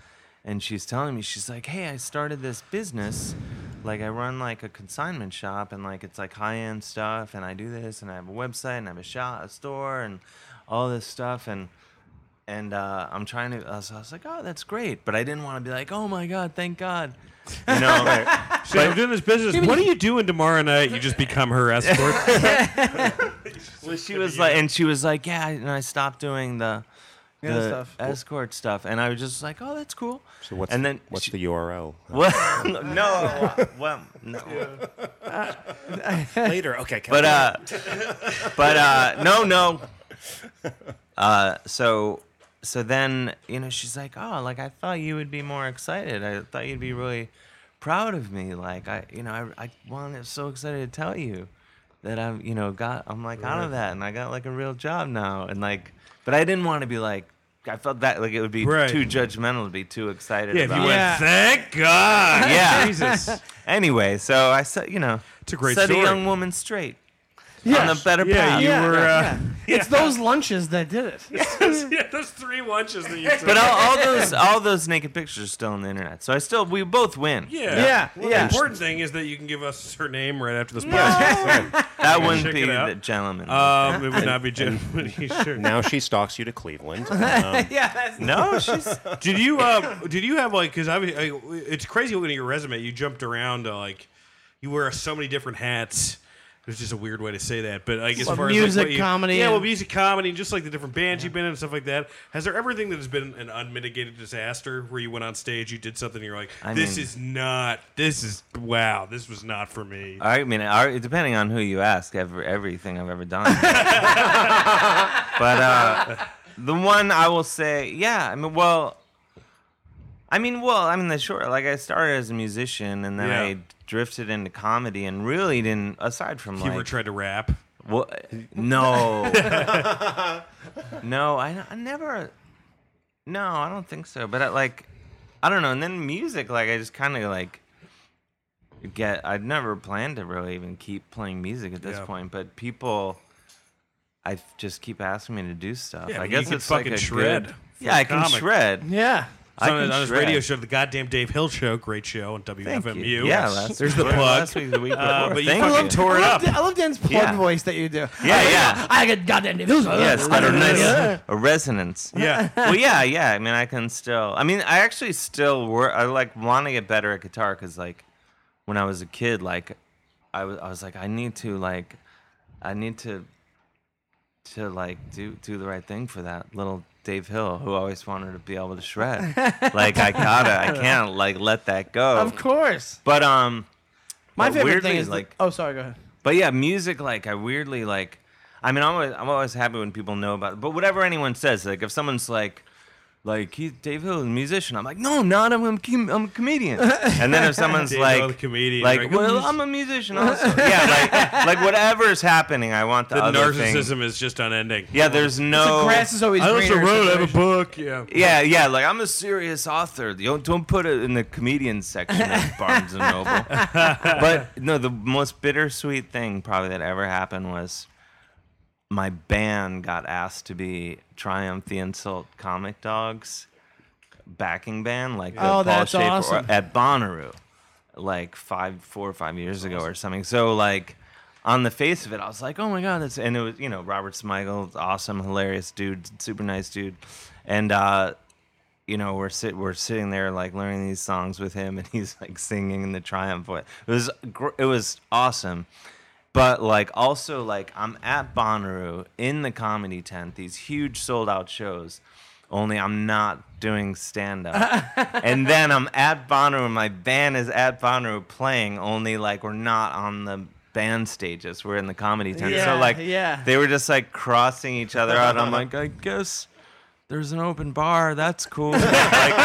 Speaker 5: and she's telling me she's like, "Hey, I started this business. Like I run like a consignment shop and like it's like high-end stuff and I do this and I have a website and I have a shop, a store and all this stuff and and uh, I'm trying to. I was, I was like, "Oh, that's great," but I didn't want to be like, "Oh my God, thank God," you know.
Speaker 4: So I'm doing this business. What are you doing tomorrow night? You just become her escort.
Speaker 5: Well, she was like, and she was like, yeah, and I stopped doing the, the
Speaker 3: Yeah, stuff.
Speaker 5: escort stuff, and I was just like, oh, that's cool.
Speaker 6: so what's
Speaker 5: and then
Speaker 6: what's
Speaker 5: she-
Speaker 6: the URL?
Speaker 5: well, no, well, no,
Speaker 6: Later, okay.
Speaker 5: but uh, but uh, no, no. Uh, so so then you know she's like, oh, like I thought you would be more excited. I thought you'd be really proud of me. Like I, you know, I I wanted so excited to tell you that I'm, you know, got I'm like out of that and I got like a real job now and like, but I didn't want to be like. I felt that like it would be
Speaker 4: Right.
Speaker 5: too judgmental to be too excited
Speaker 4: Yeah, if you
Speaker 5: about.
Speaker 4: went,
Speaker 5: it.
Speaker 3: Yeah.
Speaker 4: thank God.
Speaker 5: Yeah.
Speaker 4: Jesus.
Speaker 5: Anyway, so I said, you know,
Speaker 4: It's a great
Speaker 5: set
Speaker 4: story.
Speaker 5: a young woman straight
Speaker 3: Yes.
Speaker 5: on the better
Speaker 4: Yeah,
Speaker 5: path.
Speaker 4: you were. Uh,
Speaker 3: It's those lunches that did it.
Speaker 4: yeah, those three lunches that you took.
Speaker 5: But all, all those all those naked pictures are still on the internet. So I still we both win.
Speaker 4: yeah.
Speaker 3: Yeah,
Speaker 4: Well,
Speaker 3: yeah.
Speaker 4: The important thing is that you can give us her name right after this podcast.
Speaker 5: That wouldn't
Speaker 4: check
Speaker 5: be
Speaker 4: it out.
Speaker 5: the gentleman.
Speaker 4: um, it would not be Jim. sure.
Speaker 6: Now she stalks you to Cleveland. Um,
Speaker 3: yeah, that's
Speaker 5: no, she's
Speaker 4: Did you? Uh, did you have like? Because I, I, it's crazy looking at your resume. You jumped around to like, you wear so many different hats. It's just a weird way to say that, but like as
Speaker 3: Well,
Speaker 4: far as
Speaker 3: music,
Speaker 4: like, what you-
Speaker 3: comedy,
Speaker 4: yeah, well,
Speaker 3: and-
Speaker 4: music, comedy, and just like the different bands you've been in and stuff like that. Has there ever thing that has been an unmitigated disaster where you went on stage, you did something, and you're like,
Speaker 5: I
Speaker 4: this
Speaker 5: mean-
Speaker 4: is not, this is wow, this was not for me.
Speaker 5: I mean, I- depending on who you ask, every, everything I've ever done. but uh, the one I will say, yeah, I mean, well, I mean, well, I mean, the short, like I started as a musician and then
Speaker 4: Yeah.
Speaker 5: I drifted into comedy and really didn't, aside from
Speaker 4: you ever
Speaker 5: like,
Speaker 4: tried to rap?
Speaker 5: well, no, no, I, I never, no, I don't think so. But I, like, I don't know. And then music, like, I just kind of like get. I'd never planned to really even keep playing music at this
Speaker 4: Yeah.
Speaker 5: point. But people, I just keep asking me to do stuff.
Speaker 4: Yeah,
Speaker 5: I
Speaker 4: but you
Speaker 5: guess
Speaker 4: can
Speaker 5: it's like
Speaker 4: fucking
Speaker 5: a
Speaker 4: shred
Speaker 5: Good,
Speaker 4: for
Speaker 5: yeah, I
Speaker 4: a
Speaker 5: can
Speaker 4: comic.
Speaker 5: shred.
Speaker 3: yeah.
Speaker 5: I
Speaker 4: on,
Speaker 5: can
Speaker 4: on his
Speaker 5: shred.
Speaker 4: radio show, the goddamn Dave Hill show, great show on WFMU.
Speaker 5: Thank you. Yeah, last,
Speaker 4: there's the
Speaker 5: well,
Speaker 4: plug.
Speaker 5: Last week, the week before.
Speaker 4: Uh, but you
Speaker 5: Thank
Speaker 4: fucking
Speaker 5: you.
Speaker 4: tore it
Speaker 3: I
Speaker 4: up.
Speaker 3: love, I love Dan's plug
Speaker 5: Yeah.
Speaker 3: voice that you do.
Speaker 5: Yeah, yeah.
Speaker 3: I got goddamn it. Those
Speaker 5: Yes,
Speaker 3: I
Speaker 5: that are
Speaker 3: don't
Speaker 5: nice. A resonance.
Speaker 4: Yeah,
Speaker 5: well, yeah, yeah. I mean, I can still. I mean, I actually still work. I like want to get better at guitar because, like, when I was a kid, like, I was, I was like, I need to, like, I need to, to like do do the right thing for that little Dave Hill who always wanted to be able to shred. like, I gotta, I can't like let that go.
Speaker 3: Of course.
Speaker 5: But um,
Speaker 3: My
Speaker 5: but
Speaker 3: favorite thing
Speaker 5: weirdly,
Speaker 3: is like. oh, sorry. Go ahead.
Speaker 5: but yeah, music, like I weirdly like. I mean, I'm always, I'm always happy when people know about. But whatever anyone says, like if someone's like, like he, Dave Hill is a musician, I'm like, no, I'm not. I'm a, com- I'm a comedian. And then if someone's
Speaker 4: Dave
Speaker 5: like,
Speaker 4: Hill, the comedian,
Speaker 5: like,
Speaker 4: right?
Speaker 5: well, I'm a musician also. yeah, like, like whatever's happening, I want the,
Speaker 4: the
Speaker 5: other
Speaker 4: narcissism
Speaker 5: thing.
Speaker 4: is just unending.
Speaker 5: Yeah, there's no.
Speaker 3: the grass is always greener. situation.
Speaker 4: book. Yeah.
Speaker 5: Yeah, yeah. Like I'm a serious author. Don't don't put it in the comedian section of Barnes and Noble. but no, the most bittersweet thing probably that ever happened was my band got asked to be Triumph the Insult Comic Dogs backing band, like the
Speaker 3: Oh,
Speaker 5: Paul
Speaker 3: that's
Speaker 5: Schaefer
Speaker 3: awesome.
Speaker 5: at Bonnaroo, like five, four or five years ago or something. So like. On the face of it, I was like, "Oh my god!" That's and it was you know Robert Smigel, awesome, hilarious dude, super nice dude, and uh, you know, we're sit we're sitting there like learning these songs with him, and he's like singing in the triumph voice. It was gr- it was awesome, but like also like I'm at Bonnaroo in the comedy tent, these huge sold out shows. Only I'm not doing stand up. and then I'm at Bonnaroo, my band is at Bonnaroo playing, only like we're not on the band stages, we're in the comedy tent.
Speaker 3: Yeah,
Speaker 5: so like
Speaker 3: yeah.
Speaker 5: they were just like crossing each other out. I'm like, I guess there's an open bar. That's cool. Like-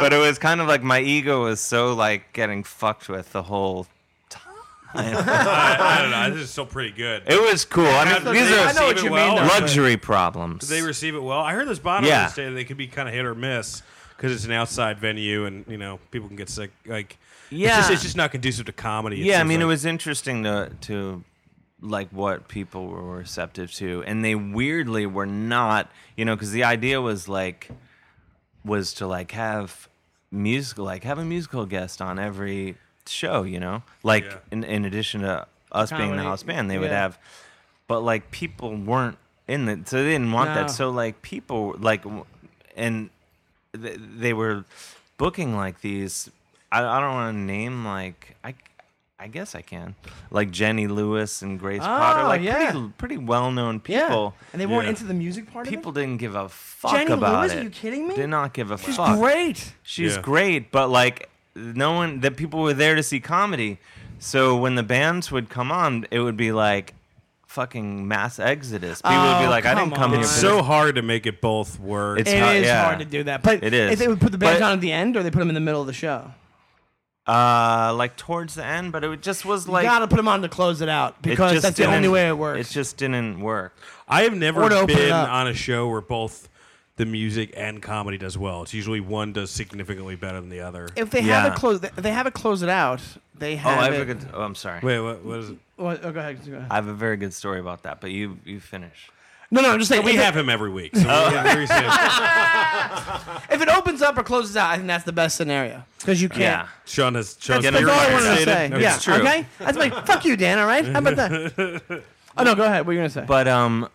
Speaker 5: but it was kind of like my ego was so like getting fucked with the whole time.
Speaker 4: I, I don't know. This is still pretty good.
Speaker 5: it was cool. I mean,
Speaker 4: Did
Speaker 5: these
Speaker 4: they
Speaker 5: are
Speaker 3: I know what
Speaker 4: receive it
Speaker 3: you
Speaker 4: well,
Speaker 3: mean,
Speaker 4: or
Speaker 3: though.
Speaker 5: luxury problems.
Speaker 4: Did they receive it well? I heard this bottom
Speaker 5: Yeah.
Speaker 4: yeah. say they could be kind of hit or miss because it's an outside venue and you know people can get sick. Like, it's
Speaker 5: Yeah.
Speaker 4: just, it's just not conducive to comedy.
Speaker 5: yeah, I
Speaker 4: seems
Speaker 5: mean, it
Speaker 4: like.
Speaker 5: was interesting to to like what people were receptive to, and they weirdly were not, you know, because the idea was like was to like have musical, like have a musical guest on every show, you know, like
Speaker 4: Yeah.
Speaker 5: in, in addition to us being the
Speaker 3: Comedy,
Speaker 5: house band, they would
Speaker 3: yeah.
Speaker 5: have, but like people weren't in it, so they didn't want
Speaker 3: No.
Speaker 5: that. So like people like, w- and th- they were booking like these. I, I don't want to name like I, I guess I can like Jenny Lewis and Grace Potter,
Speaker 3: Oh,
Speaker 5: like
Speaker 3: yeah.
Speaker 5: pretty pretty well known
Speaker 3: Yeah.
Speaker 5: people.
Speaker 3: And they weren't
Speaker 4: Yeah.
Speaker 3: into the music part
Speaker 5: People
Speaker 3: of
Speaker 5: didn't give a fuck
Speaker 3: Jenny
Speaker 5: about
Speaker 3: Lewis, are
Speaker 5: it.
Speaker 3: you kidding me?
Speaker 5: Did not give a
Speaker 3: it.
Speaker 5: fuck.
Speaker 3: Great.
Speaker 5: She's
Speaker 4: Yeah.
Speaker 5: great, but like no one the people were there to see comedy. So when the bands would come on, it would be like fucking mass exodus. People would be
Speaker 3: Oh,
Speaker 5: like, I didn't
Speaker 3: come
Speaker 5: come
Speaker 3: on.
Speaker 5: here.
Speaker 4: It's
Speaker 5: for
Speaker 4: so hard to make it both work.
Speaker 5: It's-
Speaker 3: It is
Speaker 5: hard- yeah.
Speaker 3: hard to do that, but
Speaker 5: It is.
Speaker 3: If they would put the bands
Speaker 5: But-
Speaker 3: on at the end, or they put them in the middle of the show,
Speaker 5: this." uh like towards the end, but it just was like
Speaker 3: you gotta put them on to close it out because
Speaker 5: just
Speaker 3: that's the only
Speaker 5: didn't-
Speaker 3: way it works.
Speaker 5: It just didn't work.
Speaker 4: I have
Speaker 3: Or to
Speaker 4: never
Speaker 3: open it
Speaker 4: been
Speaker 3: up.
Speaker 4: on a show where both the music and comedy does well. It's usually one does significantly better than the other.
Speaker 3: If they have
Speaker 5: Yeah.
Speaker 3: it close, if they have it close it out. They
Speaker 5: Oh,
Speaker 3: have
Speaker 5: I
Speaker 3: it.
Speaker 5: have a good. Oh, I'm sorry.
Speaker 4: Wait, what, what is it?
Speaker 3: Well, oh, go ahead. go ahead.
Speaker 5: I have a very good story about that, but you you finish.
Speaker 3: No, no, I'm just saying.
Speaker 4: We
Speaker 3: if,
Speaker 4: have him every week. So we have very soon.
Speaker 3: it, if it opens up or closes out, I think that's the best scenario because you can't.
Speaker 5: Yeah.
Speaker 4: Sean has Sean's
Speaker 5: That's
Speaker 3: That's
Speaker 5: You're
Speaker 3: all I
Speaker 5: right.
Speaker 3: wanted to
Speaker 5: Stated.
Speaker 3: say.
Speaker 5: It's
Speaker 3: yeah.
Speaker 5: true.
Speaker 3: Okay. That's my fuck you, Dan. All right. How about that? Oh no, go ahead. What are you gonna say?
Speaker 5: But um,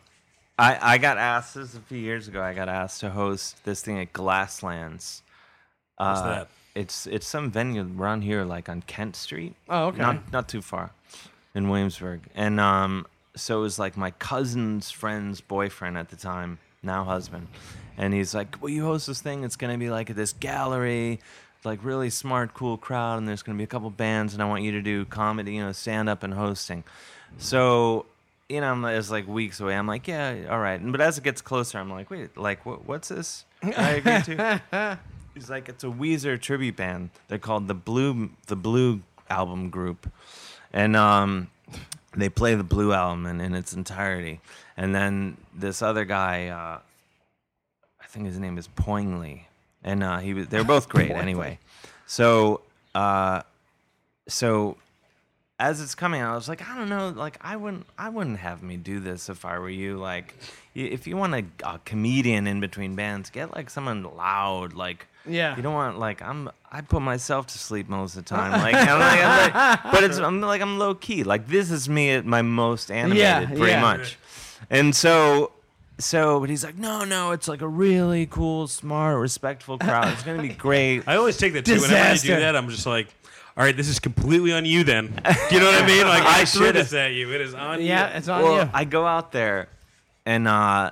Speaker 5: I I got asked this was a few years ago. I got asked to host this thing at Glasslands. Uh, What's
Speaker 4: that?
Speaker 5: It's it's some venue around here, like on Kent Street.
Speaker 3: Oh, okay.
Speaker 5: Not not too far, in Williamsburg. And um, so it was like my cousin's friend's boyfriend at the time, now husband, and he's like, "Will you host this thing? It's gonna be like at this gallery." Like really smart, cool crowd, and there's going to be a couple bands, and I want you to do comedy, you know, stand up and hosting. So you know, I'm like, it's like weeks away. I'm like, yeah, all right. But as it gets closer, I'm like, wait, like, what, what's this? I agree to. He's like, it's a Weezer tribute band. They're called the Blue, the Blue Album Group, and um, they play the Blue Album in, in its entirety. And then this other guy, uh, I think his name is Poingley, and uh, he was. They're both great anyway. So, uh, so as it's coming out, I was like, I don't know, like I wouldn't, I wouldn't have me do this if I were you. Like, y- if you want a, a comedian in between bands, get like someone loud, like.
Speaker 3: Yeah.
Speaker 5: You don't want like I'm. I put myself to sleep most of the time. Like, I'm like, I'm like but it's I'm like I'm low key. Like this is me at my most animated, pretty
Speaker 3: yeah.
Speaker 5: much. And so, so, but he's like, no, no, it's like a really cool, smart, respectful crowd. It's gonna be great.
Speaker 4: I always take that too. Whenever you
Speaker 3: Disaster.
Speaker 4: do that, I'm just like, all right, this is completely on you. Then do you know what I mean? Like I, threw
Speaker 5: should've-
Speaker 4: this at you. It is on
Speaker 3: yeah,
Speaker 4: you.
Speaker 3: it's on
Speaker 5: well,
Speaker 3: you.
Speaker 5: I go out there, and uh,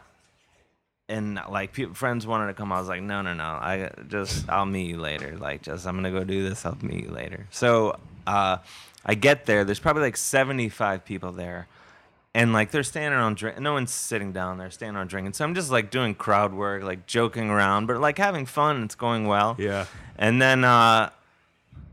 Speaker 5: and like people, friends wanted to come. I was like, no, no, no. I just I'll meet you later. Like, just I'm gonna go do this. I'll meet you later. So uh, I get there. There's probably like 75 people there. And like they're standing around, drink. No one's sitting down. They're standing around drinking. So I'm just like doing crowd work, like joking around, but like having fun. It's going well.
Speaker 4: Yeah.
Speaker 5: And then uh,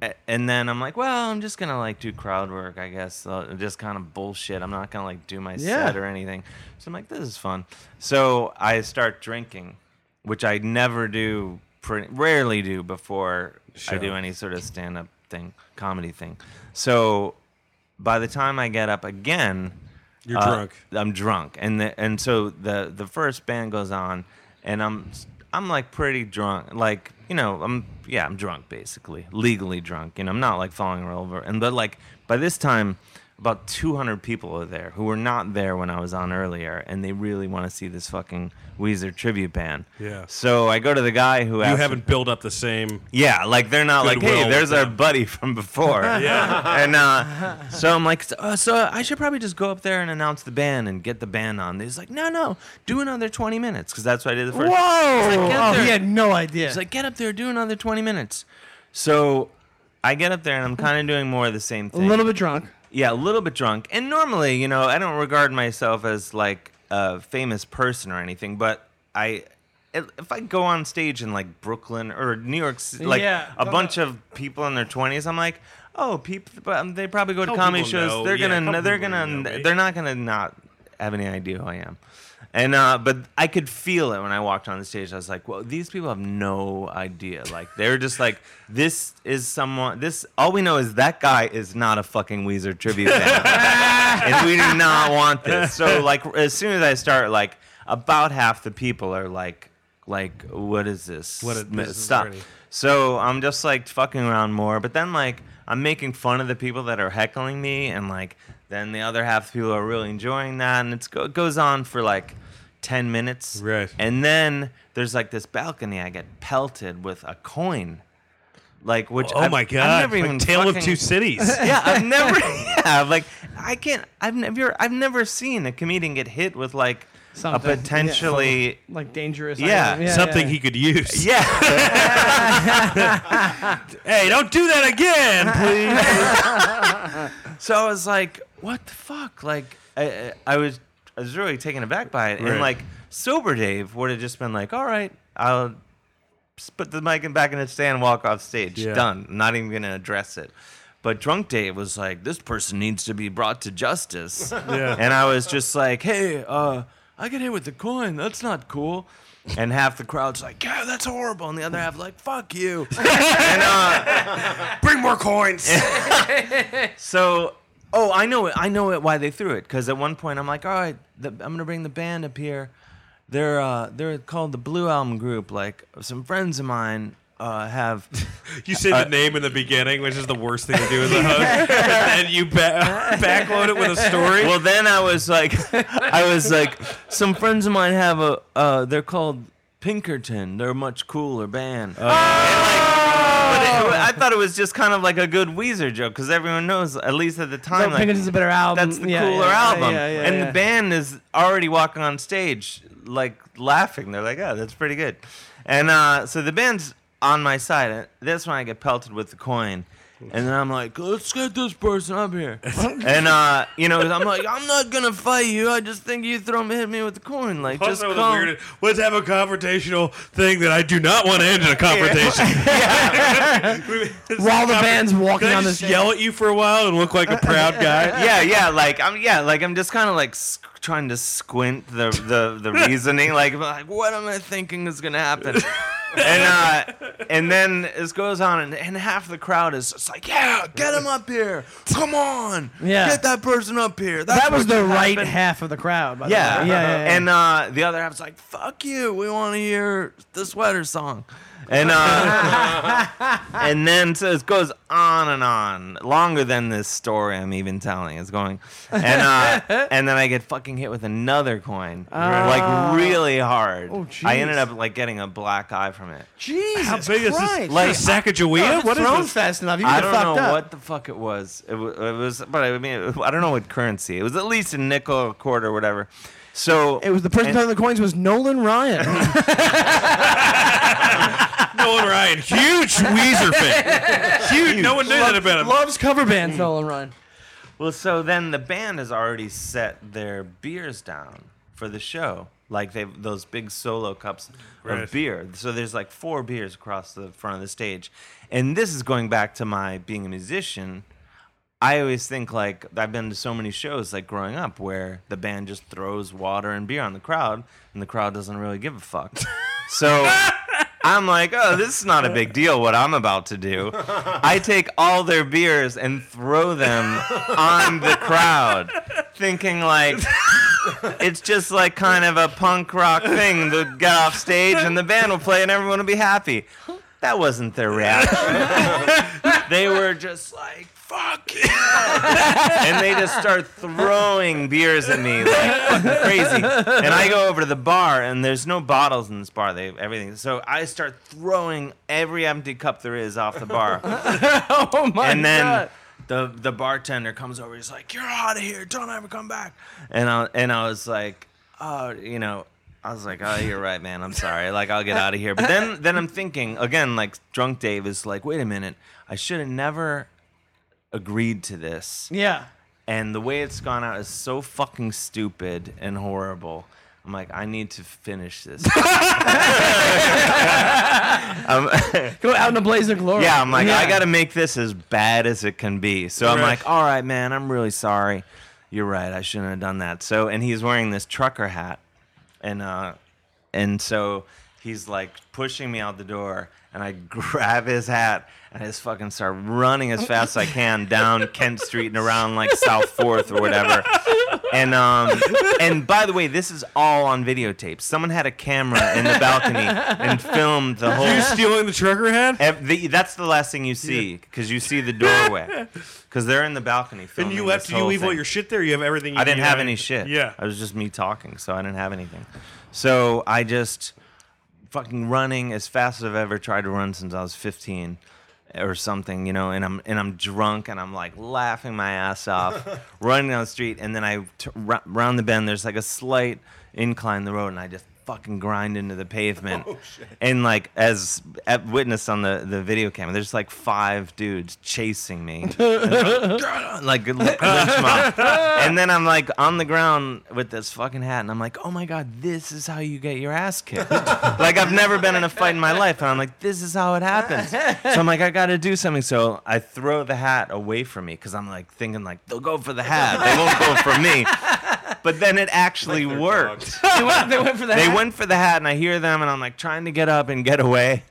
Speaker 5: a- and then I'm like, well, I'm just gonna like do crowd work, I guess. Uh, just kind of bullshit. I'm not gonna like do my
Speaker 3: Yeah.
Speaker 5: set or anything. So I'm like, this is fun. So I start drinking, which I never do, pretty, rarely do before I do any sort of stand up thing, comedy thing. So by the time I get up again,
Speaker 4: You're
Speaker 5: uh,
Speaker 4: drunk.
Speaker 5: I'm drunk, and the, and so the the first band goes on, and I'm I'm like pretty drunk, like you know I'm yeah I'm drunk basically, legally drunk, and I'm not like falling over, and but like by this time, about 200 people are there who were not there when I was on earlier, and they really want to see this fucking Weezer tribute band.
Speaker 4: Yeah.
Speaker 5: So I go to the guy who
Speaker 4: You
Speaker 5: asked
Speaker 4: haven't built up the same.
Speaker 5: yeah, like they're not like,
Speaker 4: Goodwill
Speaker 5: hey,
Speaker 4: with
Speaker 5: there's our
Speaker 4: them.
Speaker 5: buddy from before.
Speaker 4: Yeah.
Speaker 5: and uh, so I'm like, so, uh, so I should probably just go up there and announce the band and get the band on. He's like, no, no, do another 20 minutes because that's what I did the first.
Speaker 3: Whoa!
Speaker 5: get
Speaker 3: Oh,
Speaker 5: there.
Speaker 3: he had no idea.
Speaker 5: He's like, get up there, do another 20 minutes. So I get up there and I'm kind of doing more of the same
Speaker 3: a
Speaker 5: thing.
Speaker 3: little bit drunk.
Speaker 5: Yeah, a little bit drunk. And normally, you know, I don't regard myself as like a famous person or anything, but I if I go on stage in like Brooklyn or New York, Ci- like
Speaker 3: Yeah,
Speaker 5: a
Speaker 3: don't
Speaker 5: bunch of people in their 20s, I'm like, "Oh, people they probably go to
Speaker 4: Couple
Speaker 5: comedy
Speaker 4: people
Speaker 5: shows.
Speaker 4: know.
Speaker 5: They're
Speaker 4: Yeah,
Speaker 5: going to
Speaker 4: couple
Speaker 5: they're
Speaker 4: people
Speaker 5: going to
Speaker 4: know, right?
Speaker 5: they're not going to not have any idea who I am." And uh but I could feel it when I walked on the stage. I was like, "Well, these people have no idea. Like they're just like this is someone this all we know is that guy is not a fucking Weezer tribute band." and we do not want this. So like as soon as I start, like about half the people are like, like what is this?
Speaker 4: What is-
Speaker 5: Ma-
Speaker 4: this is
Speaker 5: Stop.
Speaker 4: already-
Speaker 5: So I'm just like fucking around more, but then like I'm making fun of the people that are heckling me, and like then the other half of people are really enjoying that, and it's go- it goes on for like. 10 minutes.
Speaker 4: Right.
Speaker 5: And then there's like this balcony. I get pelted with a coin. Like, which
Speaker 4: Oh
Speaker 5: I've-
Speaker 4: my
Speaker 5: I've
Speaker 4: god!
Speaker 5: never
Speaker 4: like
Speaker 5: even
Speaker 4: Tale of
Speaker 5: fucking-
Speaker 4: Two Cities.
Speaker 5: yeah, I've never. Yeah, like I can't. I've never. I've never seen a comedian get hit with like
Speaker 3: Something, yeah.
Speaker 5: a potentially.
Speaker 3: Like dangerous.
Speaker 5: Yeah,
Speaker 3: item.
Speaker 4: Something
Speaker 3: yeah.
Speaker 4: he could use.
Speaker 5: Yeah.
Speaker 4: Hey, don't do that again, please.
Speaker 5: So I was like, "What the fuck?" Like I, I- I was, I was really taken aback by it,
Speaker 4: Right.
Speaker 5: and like sober Dave would have just been like, "All right, I'll just put the mic in back in its stand, walk off stage,
Speaker 4: Yeah.
Speaker 5: done. I'm not even gonna address it." But drunk Dave was like, "This person needs to be brought to justice,"
Speaker 4: Yeah.
Speaker 5: and I was just like, "Hey, uh." I get hit with the coin. That's not cool. And half the crowd's like, yeah, that's horrible. And the other half like, fuck you.
Speaker 4: Bring more coins.
Speaker 5: So, oh, I know it. I know it. Why they threw it? Because at one point I'm like, all right, the, I'm gonna bring the band up here. They're uh, they're called the Blue Album Group. Like some friends of mine uh, have.
Speaker 4: you say the name in the beginning, which is the worst thing to do as a host, and then you ba- backload it with a story.
Speaker 5: well, then I was like, I was like, some friends of mine have a. Uh, they're called Pinkerton. They're a much cooler band.
Speaker 4: Oh.
Speaker 5: And, like, but it- I thought it was just kind of like a good Weezer joke because everyone knows, at least at the time, like,
Speaker 3: Pinkerton's a better album.
Speaker 5: That's the
Speaker 3: Yeah,
Speaker 5: cooler
Speaker 3: yeah,
Speaker 5: album.
Speaker 3: yeah, yeah,
Speaker 5: and
Speaker 3: yeah.
Speaker 5: the band is already walking on stage, like laughing. They're like, oh, that's pretty good. And uh, so the band's on my side. and That's when I get pelted with the coin. And then I'm like, let's get this person up here. and, uh, you know, I'm like, I'm not going to fight you. I just think you throw me, hit me with the coin. Like, just
Speaker 4: Also, the
Speaker 5: come.
Speaker 4: weirdest, let's have a confrontational thing that I do not want to end in a confrontation.
Speaker 3: While the band's walking
Speaker 4: Can I
Speaker 3: on
Speaker 4: just
Speaker 3: this
Speaker 4: yell at you for a while and look like a proud guy?
Speaker 5: yeah, yeah, like I'm, yeah, like I'm just kind of like s- trying to squint the the, the reasoning, like, I'm like what am I thinking is gonna happen? and uh, and then this goes on, and, and half the crowd is just like, yeah, get him up here, come on,
Speaker 3: Yeah.
Speaker 5: get that person up here. That's
Speaker 3: That was
Speaker 5: what
Speaker 3: the
Speaker 5: should
Speaker 3: right
Speaker 5: happen."
Speaker 3: half of the crowd. By
Speaker 5: Yeah.
Speaker 3: the way. yeah, yeah, yeah.
Speaker 5: And uh, the other half's like, "Fuck you! We want to hear the sweater song." And uh, and then so it goes on and on, longer than this story I'm even telling. It's going, and uh, and then I get fucking hit with another coin, like really hard.
Speaker 3: Oh,
Speaker 5: I ended
Speaker 3: jeez.
Speaker 5: up like getting a black eye from it.
Speaker 3: Jesus
Speaker 4: How big is
Speaker 3: Christ.
Speaker 4: this? Like Sacagawea? What is
Speaker 3: uh, Throne
Speaker 4: this?
Speaker 3: fest enough. You
Speaker 5: I
Speaker 3: get
Speaker 5: don't
Speaker 3: fucked
Speaker 5: know
Speaker 3: up.
Speaker 5: what the fuck it was. It was, it was, but I mean, I don't know what currency. It was at least a nickel, a quarter, whatever. So
Speaker 3: It was the person
Speaker 5: and-
Speaker 3: throwing the coins was Nolan Ryan.
Speaker 4: Nolan Ryan, huge Weezer fan. Huge. No one knew that about him.
Speaker 3: Loves cover
Speaker 5: Hmm.
Speaker 3: bands. Nolan Ryan.
Speaker 5: Well, so then the band has already set their beers down for the show. Like they have those big solo cups
Speaker 4: Right.
Speaker 5: of beer. So there's like four beers across the front of the stage. And this is going back to my being a musician. I always think like I've been to so many shows like growing up where the band just throws water and beer on the crowd and the crowd doesn't really give a fuck. So I'm like, oh, this is not a big deal what I'm about to do. I take all their beers and throw them on the crowd, thinking like it's just like kind of a punk rock thing to get off stage and the band will play and everyone will be happy. That wasn't their reaction. they were just like, fuck you. and they just start throwing beers at me like fucking crazy. And I go over to the bar and there's no bottles in this bar. They everything. So I start throwing every empty cup there is off the bar
Speaker 3: Oh my
Speaker 5: and then
Speaker 3: God.
Speaker 5: the the bartender comes over. He's like, "You're out of here. Don't ever come back." And I and I was like, "Oh, you know." I was like, "Oh, you're right, man. I'm sorry. Like, I'll get out of here." But then then I'm thinking again. Like, drunk Dave is like, "Wait a minute. I should have never." Agreed to this,
Speaker 3: Yeah.
Speaker 5: and the way it's gone out is so fucking stupid and horrible. I'm like, I need to finish this. Um,
Speaker 3: Go out in a blaze of glory.
Speaker 5: Yeah, I'm like, I
Speaker 3: Yeah.
Speaker 5: got to make this as bad as it can be. So I'm
Speaker 4: Right.
Speaker 5: like, all right, man, I'm really sorry. You're right. I shouldn't have done that. So, and he's wearing this trucker hat. And, uh, and so he's like pushing me out the door. And I grab his hat and I just fucking start running as fast as I can down Kent Street and around like South Fourth or whatever. And um, and by the way, this is all on videotape. Someone had a camera in the balcony and filmed the whole.
Speaker 4: You stealing the trucker hat?
Speaker 5: Ev- the, that's the last thing you see because you see the doorway because they're in the balcony.
Speaker 4: And
Speaker 5: Filming
Speaker 4: you left.
Speaker 5: this
Speaker 4: You
Speaker 5: whole
Speaker 4: leave all
Speaker 5: thing.
Speaker 4: your shit there. You have everything. You
Speaker 5: I didn't
Speaker 4: need
Speaker 5: have
Speaker 4: on
Speaker 5: any
Speaker 4: you?
Speaker 5: shit.
Speaker 4: Yeah.
Speaker 5: I was just me talking, so I didn't have anything. So I just fucking running as fast as I've ever tried to run since I was 15 or something, you know, and I'm and I'm drunk and I'm like laughing my ass off, running down the street, and then I t- r- round the bend. There's like a slight incline in the road, and I just fucking grind into the pavement.
Speaker 4: Oh,
Speaker 5: And like as at witnessed on the the video camera, there's like five dudes chasing me, And I'm like like lynch mob. And then I'm like on the ground with this fucking hat, and I'm like, oh my god, this is how you get your ass kicked. like I've never been in a fight in my life, and I'm like, this is how it happens. So I'm like, I gotta do something. So I throw the hat away from me because I'm like thinking like they'll go for the hat, they won't go for me. But then it actually
Speaker 6: They're
Speaker 5: worked.
Speaker 6: dogs.
Speaker 3: they, went, they went for the
Speaker 5: They
Speaker 3: hat.
Speaker 5: went for the hat, and I hear them, and I'm like trying to get up and get away.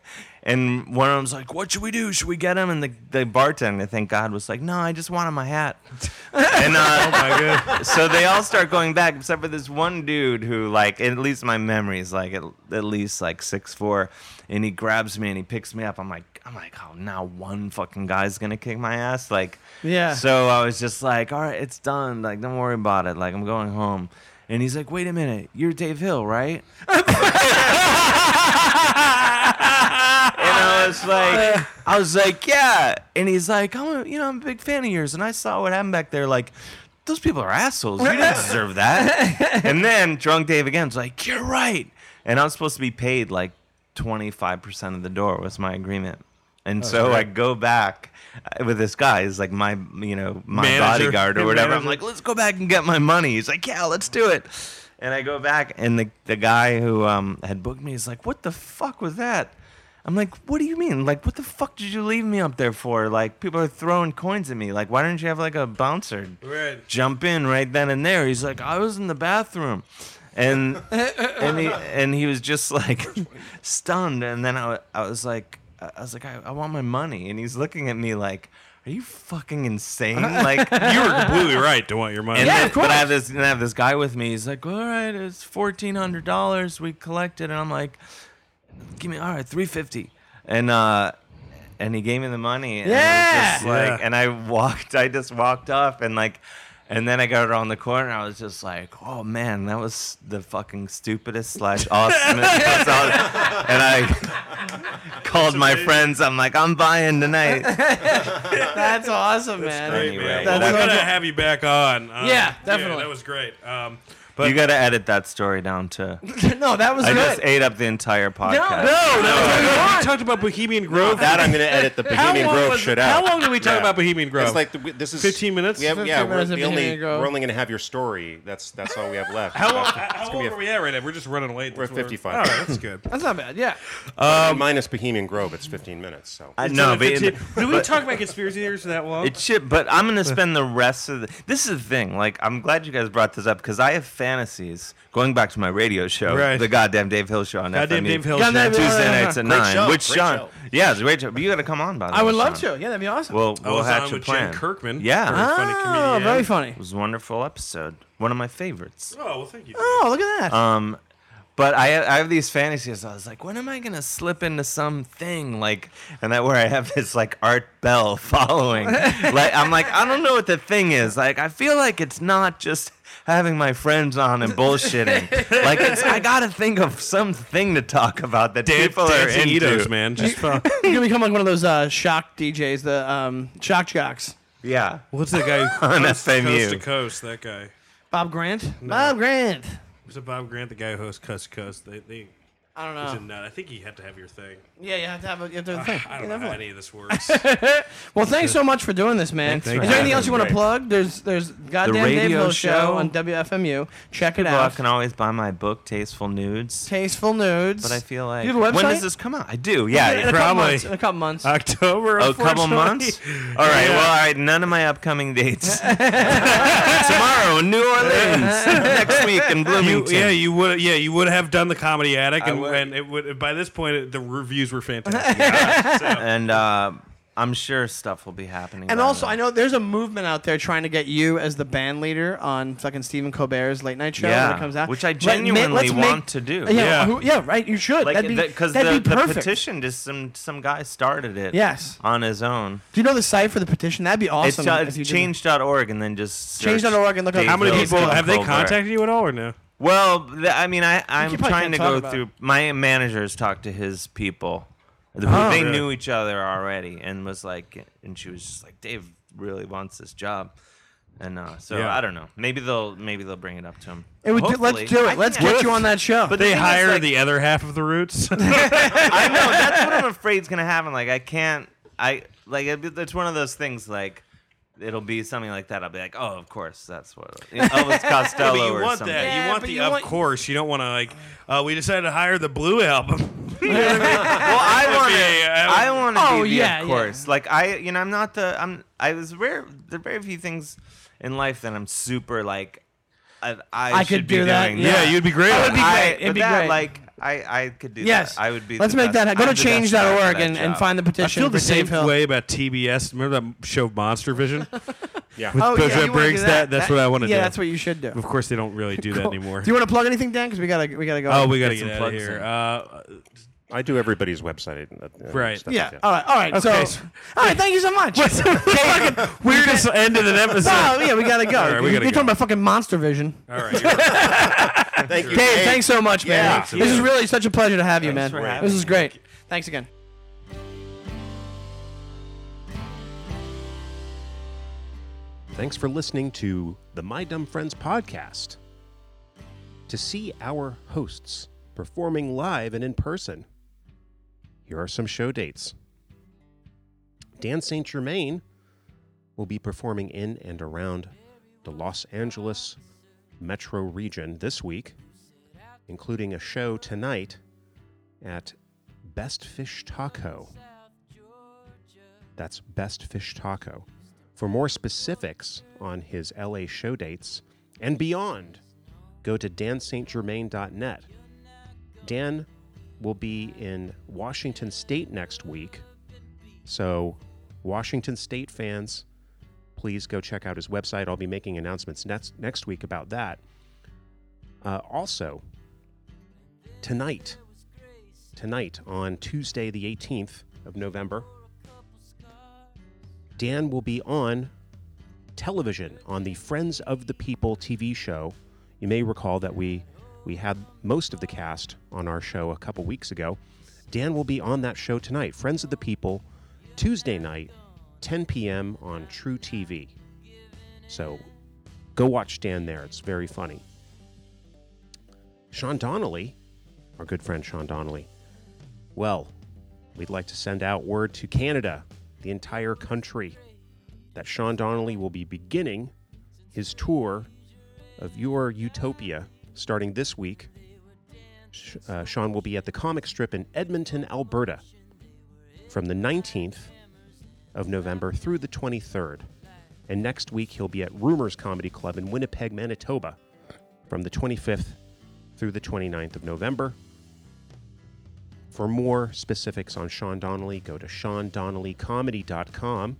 Speaker 5: And one of them's like, "What should we do? Should we get him?" And the, the bartender, thank God, was like, "No, I just wanted my hat." and uh, so they all start going back, except for this one dude who, like, at least my memory is like at, at least like six four, and he grabs me and he picks me up. I'm like, I'm like, oh, now one fucking guy's gonna kick my ass, like,
Speaker 3: Yeah.
Speaker 5: So I was just like, all right, it's done. Like, don't worry about it. Like, I'm going home. And he's like, wait a minute, you're Dave Hill, right? and I was like, I was like, yeah. And he's like, I'm, a, you know, I'm a big fan of yours, and I saw what happened back there. Like, those people are assholes. You didn't deserve that. and then drunk Dave again's like, you're right. And I was supposed to be paid like 25 percent of the door was my agreement. And
Speaker 4: Oh,
Speaker 5: so I go back with this guy. He's like my, you know, my
Speaker 4: Manager.
Speaker 5: bodyguard or
Speaker 4: Your
Speaker 5: whatever. I'm
Speaker 4: manager.
Speaker 5: like, let's go back and get my money. He's like, yeah, let's do it. And I go back, and the, the guy who um, had booked me is like, what the fuck was that? I'm like, what do you mean? Like, what the fuck did you leave me up there for? Like, people are throwing coins at me. Like, why didn't you have like a bouncer
Speaker 4: Right.
Speaker 5: jump in right then and there? He's like, I was in the bathroom. And and he and he was just like stunned. And then I, wa- I was like, I was like, I, I want my money. And he's looking at me like, Are you fucking insane? Like,
Speaker 4: You were completely right to want your money.
Speaker 5: and then, But I have this, and I have this guy with me. He's like, "All right, it's fourteen hundred dollars we collected," and I'm like, "Give me all right, three fifty. and uh, and he gave me the money. And I was just
Speaker 4: Yeah.
Speaker 5: like,
Speaker 4: Yeah.
Speaker 5: and I walked, I just walked off, and like, and then I got around the corner. I was just like, "Oh man, that was the fucking stupidest slash awesome." and I called my friends. I'm like, "I'm buying tonight."
Speaker 3: That's awesome, man.
Speaker 5: great,
Speaker 4: Hey,
Speaker 5: Anyway,
Speaker 4: man,
Speaker 5: that's
Speaker 4: well, we're
Speaker 3: awesome.
Speaker 4: gonna have you back on. Um,
Speaker 3: Yeah, definitely.
Speaker 4: that was great. Um,
Speaker 5: you got to edit that story down to.
Speaker 3: no, that was
Speaker 5: I
Speaker 3: good.
Speaker 5: just ate up the entire podcast.
Speaker 4: we talked about Bohemian Grove.
Speaker 6: That I'm going to edit the Bohemian Grove
Speaker 4: was-
Speaker 6: shit
Speaker 4: How
Speaker 6: out.
Speaker 4: long did we talk
Speaker 6: Yeah.
Speaker 4: about Bohemian Grove?
Speaker 6: It's like the, we- this is
Speaker 4: 15 minutes?
Speaker 6: We have,
Speaker 3: 15
Speaker 6: yeah, we're,
Speaker 3: minutes of
Speaker 6: the only,
Speaker 3: Bohemian Grove.
Speaker 6: we're only going to have your story. That's that's all we have left.
Speaker 4: how,
Speaker 6: That's-
Speaker 4: how,
Speaker 6: it's
Speaker 4: how
Speaker 6: gonna
Speaker 4: old
Speaker 6: be
Speaker 4: are we at right now? We're just running late.
Speaker 6: We're at
Speaker 4: That's what
Speaker 6: 55.
Speaker 4: All right, that's good.
Speaker 3: That's not bad. Yeah.
Speaker 6: a- minus Bohemian Grove. It's 15 minutes. So
Speaker 5: I know, but
Speaker 4: Did
Speaker 5: it,
Speaker 4: we talk about conspiracy theories for that long?
Speaker 5: it should. But I'm gonna spend the rest of the. This is the thing. Like, I'm glad you guys brought this up because I have fantasies going back to my radio show,
Speaker 4: Right.
Speaker 5: the goddamn Dave Hill show on
Speaker 4: Goddamn
Speaker 5: FME,
Speaker 4: Dave Hill.
Speaker 3: Goddamn
Speaker 4: show.
Speaker 3: Dave
Speaker 5: Tuesday
Speaker 3: Yeah, yeah,
Speaker 5: nights at
Speaker 6: Great
Speaker 5: nine.
Speaker 6: show,
Speaker 5: which
Speaker 6: great
Speaker 5: Sean?
Speaker 6: show.
Speaker 5: Yeah, it's a great show. But you got to come on, by the way.
Speaker 3: I would
Speaker 5: Sean.
Speaker 3: love to. Yeah, that'd be awesome.
Speaker 5: We'll
Speaker 4: I
Speaker 5: we'll
Speaker 4: was
Speaker 5: hatch
Speaker 4: on
Speaker 5: a
Speaker 4: with
Speaker 5: plan.
Speaker 4: Jen Kirkman.
Speaker 5: Yeah.
Speaker 4: Ah, very funny
Speaker 3: oh,
Speaker 4: comedian.
Speaker 3: very funny.
Speaker 5: It was a wonderful episode. One of my favorites.
Speaker 4: Oh well, thank you. dude.
Speaker 3: Oh, look at that.
Speaker 5: Um, but I have, I have these fantasies. I was like, when am I gonna slip into something like, and that where I have this like Art Bell following. like I'm like, I don't know what the thing is. Like I feel like it's not just having my friends on and bullshitting. like it's, I gotta think of something to talk about that people are
Speaker 4: Dancing
Speaker 5: into.
Speaker 4: Edos, man. Just
Speaker 3: You're gonna become like one of those uh, shock DJs, the um, shock jocks.
Speaker 5: Yeah.
Speaker 4: what's that guy?
Speaker 5: On
Speaker 4: Coast to
Speaker 5: FMU.
Speaker 4: coast, that guy.
Speaker 3: Bob Grant. Bob Grant.
Speaker 4: Was it Bob Grant, the guy who hosts Coast to Coast? They, they,
Speaker 3: I don't
Speaker 4: it's
Speaker 3: know.
Speaker 4: a nut. I think you have to have your thing.
Speaker 3: yeah, you have to have a, you have to have a thing.
Speaker 4: Ah, I
Speaker 3: You
Speaker 4: don't know
Speaker 3: never-
Speaker 4: how any of this works.
Speaker 3: Well, thanks so much for doing this, man.
Speaker 5: Thanks for
Speaker 3: Is there anything
Speaker 5: having
Speaker 3: else you
Speaker 5: me.
Speaker 3: want to plug? There's there's goddamn Dave
Speaker 5: radio
Speaker 3: Hill
Speaker 5: show.
Speaker 3: show on WFMU. Check it
Speaker 5: People
Speaker 3: out.
Speaker 5: can always buy my book, Tasteful Nudes.
Speaker 3: Tasteful nudes.
Speaker 5: But I feel like
Speaker 3: you have a
Speaker 5: when
Speaker 3: website?
Speaker 5: does this come out? I do. Yeah.
Speaker 3: in a couple
Speaker 4: Probably.
Speaker 3: months. In a couple months.
Speaker 4: October.
Speaker 5: A couple
Speaker 4: unfortunately.
Speaker 5: months? All right. Well, all right. None of my upcoming dates. Tomorrow in New Orleans. Next week in
Speaker 4: You,
Speaker 5: Bloomington.
Speaker 4: yeah, you would. Yeah, you would have done the comedy attic,
Speaker 5: I
Speaker 4: and,
Speaker 5: would.
Speaker 4: and it would. By this point, it, the reviews were fantastic.
Speaker 5: and uh, I'm sure stuff will be happening.
Speaker 3: And
Speaker 5: by
Speaker 3: also,
Speaker 5: then.
Speaker 3: I know there's a movement out there trying to get you as the band leader on fucking Stephen Colbert's late night show
Speaker 5: Yeah,
Speaker 3: when it comes out,
Speaker 5: which I
Speaker 3: Let- ma-
Speaker 5: genuinely
Speaker 3: let's make-
Speaker 5: want to do.
Speaker 3: Yeah,
Speaker 4: Yeah.
Speaker 3: who- yeah, right. You should.
Speaker 5: Like
Speaker 3: that'd be
Speaker 5: because the,
Speaker 3: that'd be
Speaker 5: the
Speaker 3: perfect.
Speaker 5: petition just some some guy started it.
Speaker 3: Yes.
Speaker 5: On his own.
Speaker 3: Do you know the site for the petition? That'd be awesome.
Speaker 5: it's uh,
Speaker 3: if
Speaker 5: it's
Speaker 3: you did-
Speaker 5: change.org and then just search
Speaker 3: Change.org and look up-
Speaker 5: Dave
Speaker 4: How many
Speaker 5: Hill
Speaker 4: people
Speaker 5: Stephen
Speaker 4: have they
Speaker 5: Colbert.
Speaker 4: contacted you at all, or no?
Speaker 5: Well, th- I mean, I, I'm
Speaker 3: probably
Speaker 5: trying
Speaker 3: can't
Speaker 5: to
Speaker 3: talk
Speaker 5: go
Speaker 3: about
Speaker 5: through. My managers talked to his people. who they
Speaker 4: Yeah.
Speaker 5: knew each other already, and was like, and she was just like, Dave really wants this job, and uh, so
Speaker 4: Yeah.
Speaker 5: I don't know. Maybe they'll maybe they'll bring it up to him.
Speaker 3: It would do,
Speaker 5: Hopefully.
Speaker 3: let's do
Speaker 5: I
Speaker 3: it. Let's
Speaker 5: think
Speaker 3: get
Speaker 5: I-
Speaker 3: you on that show.
Speaker 5: But
Speaker 4: They
Speaker 5: the thing is,
Speaker 4: hire
Speaker 5: like,
Speaker 4: the other half of the roots.
Speaker 5: I know that's what I'm afraid is gonna happen. Like I can't. I like it'd be- it's one of those things. Like it'll be something like that. I'll be like, oh, of course, that's what you know, Elvis Costello
Speaker 4: But you
Speaker 5: or
Speaker 4: want
Speaker 5: something.
Speaker 4: that.
Speaker 3: Yeah,
Speaker 4: you want
Speaker 3: but
Speaker 4: the
Speaker 3: you
Speaker 4: of
Speaker 3: want-
Speaker 4: course. You don't want to like. Uh, we decided to hire the Blue album.
Speaker 5: well, I want to. I want to
Speaker 3: Oh,
Speaker 5: be the
Speaker 3: yeah,
Speaker 5: of
Speaker 3: yeah.
Speaker 5: course. Like I, you know, I'm not the. I'm. I was rare. There are very few things in life that I'm super like. I,
Speaker 3: I
Speaker 5: should
Speaker 3: could
Speaker 5: be
Speaker 3: do that,
Speaker 5: doing
Speaker 3: yeah.
Speaker 5: that.
Speaker 4: you'd be great.
Speaker 3: would be
Speaker 5: I-
Speaker 3: great. It'd
Speaker 5: but
Speaker 3: be
Speaker 5: that,
Speaker 3: great.
Speaker 5: Like I, I could do
Speaker 3: Yes.
Speaker 5: that. I would be.
Speaker 3: Let's
Speaker 5: the
Speaker 3: make
Speaker 5: best-
Speaker 3: that. Go
Speaker 5: I'm
Speaker 3: to
Speaker 5: the best guy
Speaker 3: change.org
Speaker 5: for that
Speaker 3: and, and
Speaker 5: job.
Speaker 3: find the
Speaker 4: I
Speaker 3: petition
Speaker 4: feel
Speaker 3: for
Speaker 4: the same
Speaker 3: Dave Hill.
Speaker 4: way about TBS. Remember that show Monster Vision?
Speaker 6: Yeah.
Speaker 4: With
Speaker 3: Oh, yeah,
Speaker 4: Bridget
Speaker 3: you wanna do
Speaker 4: Briggs?
Speaker 3: that.
Speaker 4: That's
Speaker 3: That-
Speaker 4: what I want to
Speaker 3: Yeah,
Speaker 4: do.
Speaker 3: that's what you should do.
Speaker 4: Of course, they don't really do that
Speaker 3: Cool.
Speaker 4: anymore.
Speaker 3: Do you want to plug anything, Dan? Because we gotta we gotta go.
Speaker 4: oh, we gotta
Speaker 5: Get
Speaker 4: get,
Speaker 5: some
Speaker 4: out of
Speaker 5: plugs
Speaker 4: here.
Speaker 5: in.
Speaker 4: Uh,
Speaker 6: I do everybody's website. and, uh, and
Speaker 4: Right.
Speaker 6: stuff like
Speaker 3: yeah.
Speaker 6: that.
Speaker 3: All right. All right.
Speaker 4: Okay,
Speaker 3: So,
Speaker 4: so-
Speaker 3: all right. Thank you so much. Fucking-
Speaker 4: weirdest end of an episode.
Speaker 3: Oh yeah, we gotta go.
Speaker 4: All right, we
Speaker 3: You're
Speaker 4: gotta go.
Speaker 3: talking about fucking Monster Vision.
Speaker 4: All right, you're right.
Speaker 6: Thank you.
Speaker 3: Dave, thanks so much, man.
Speaker 6: Yeah.
Speaker 3: This is really such a pleasure to have you, man.
Speaker 5: for having
Speaker 3: This is
Speaker 5: me.
Speaker 3: great. Thanks again.
Speaker 6: Thanks for listening to the My Dumb Friends podcast. To see our hosts performing live and in person, here are some show dates. Dan St. Germain will be performing in and around the Los Angeles metro region this week, including a show tonight at Best Fish Taco. That's Best Fish Taco. For more specifics on his LA show dates and beyond, go to danstgermain.net. Dan will be in Washington State next week. So, Washington State fans, please go check out his website. I'll be making announcements next, next week about that. Uh, also, tonight, tonight on Tuesday, the 18th of November, Dan will be on television on the Friends of the People TV show. You may recall that we we had most of the cast on our show a couple weeks ago. Dan will be on that show tonight, Friends of the People, Tuesday night, 10 p.m. on True TV. So go watch Dan there. It's very funny. Sean Donnelly, our good friend Sean Donnelly. Well, we'd like to send out word to Canada, the entire country, that Sean Donnelly will be beginning his tour of Your Utopia starting this week. Sh- uh, Sean will be at the comic strip in Edmonton, Alberta from the 19th of November through the 23rd. And next week, he'll be at Rumors Comedy Club in Winnipeg, Manitoba from the 25th through the 29th of November. For more specifics on Sean Donnelly, go to SeanDonnellyComedy.com.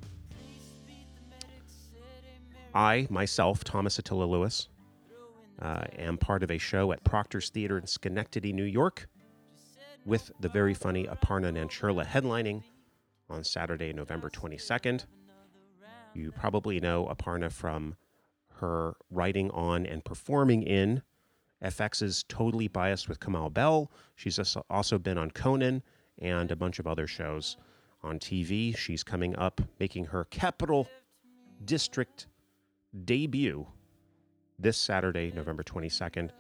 Speaker 6: I, myself, Thomas Attila Lewis, uh, am part of a show at Proctor's Theater in Schenectady, New York, with the very funny Aparna Nancherla headlining on Saturday, November 22nd. You probably know Aparna from her writing on and performing in FX's Totally Biased with Kamal Bell. She's also- also been on Conan and a bunch of other shows on TV. She's coming up making her Capital District debut this Saturday, November 22nd.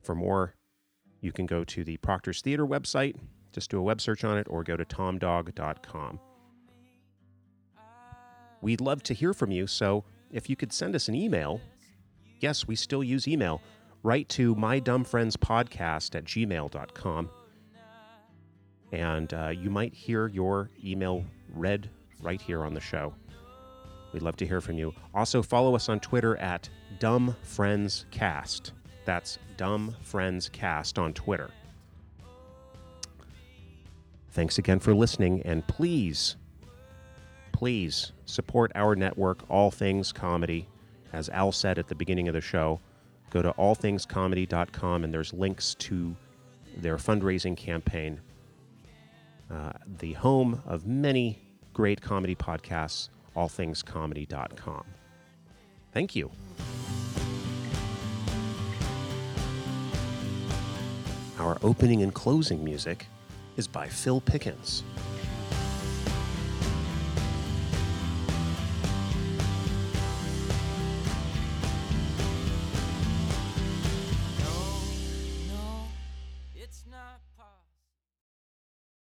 Speaker 6: For more, you can go to the Proctor's Theater website, just do a web search on it, or go to tomdog.com. We'd love to hear from you, so if you could send us an email Yes, we still use email. Write to mydumbfriendspodcast at gmail.com. And uh, you might hear your email read right here on the show. We'd love to hear from you. Also, follow us on Twitter at dumbfriendscast. That's dumbfriendscast on Twitter. Thanks again for listening, and please please support our network, All Things Comedy. As Al said at the beginning of the show, go to allthingscomedy.com and there's links to their fundraising campaign, uh, the home of many great comedy podcasts, allthingscomedy.com. Thank you. Our opening and closing music is by Phil Pickens.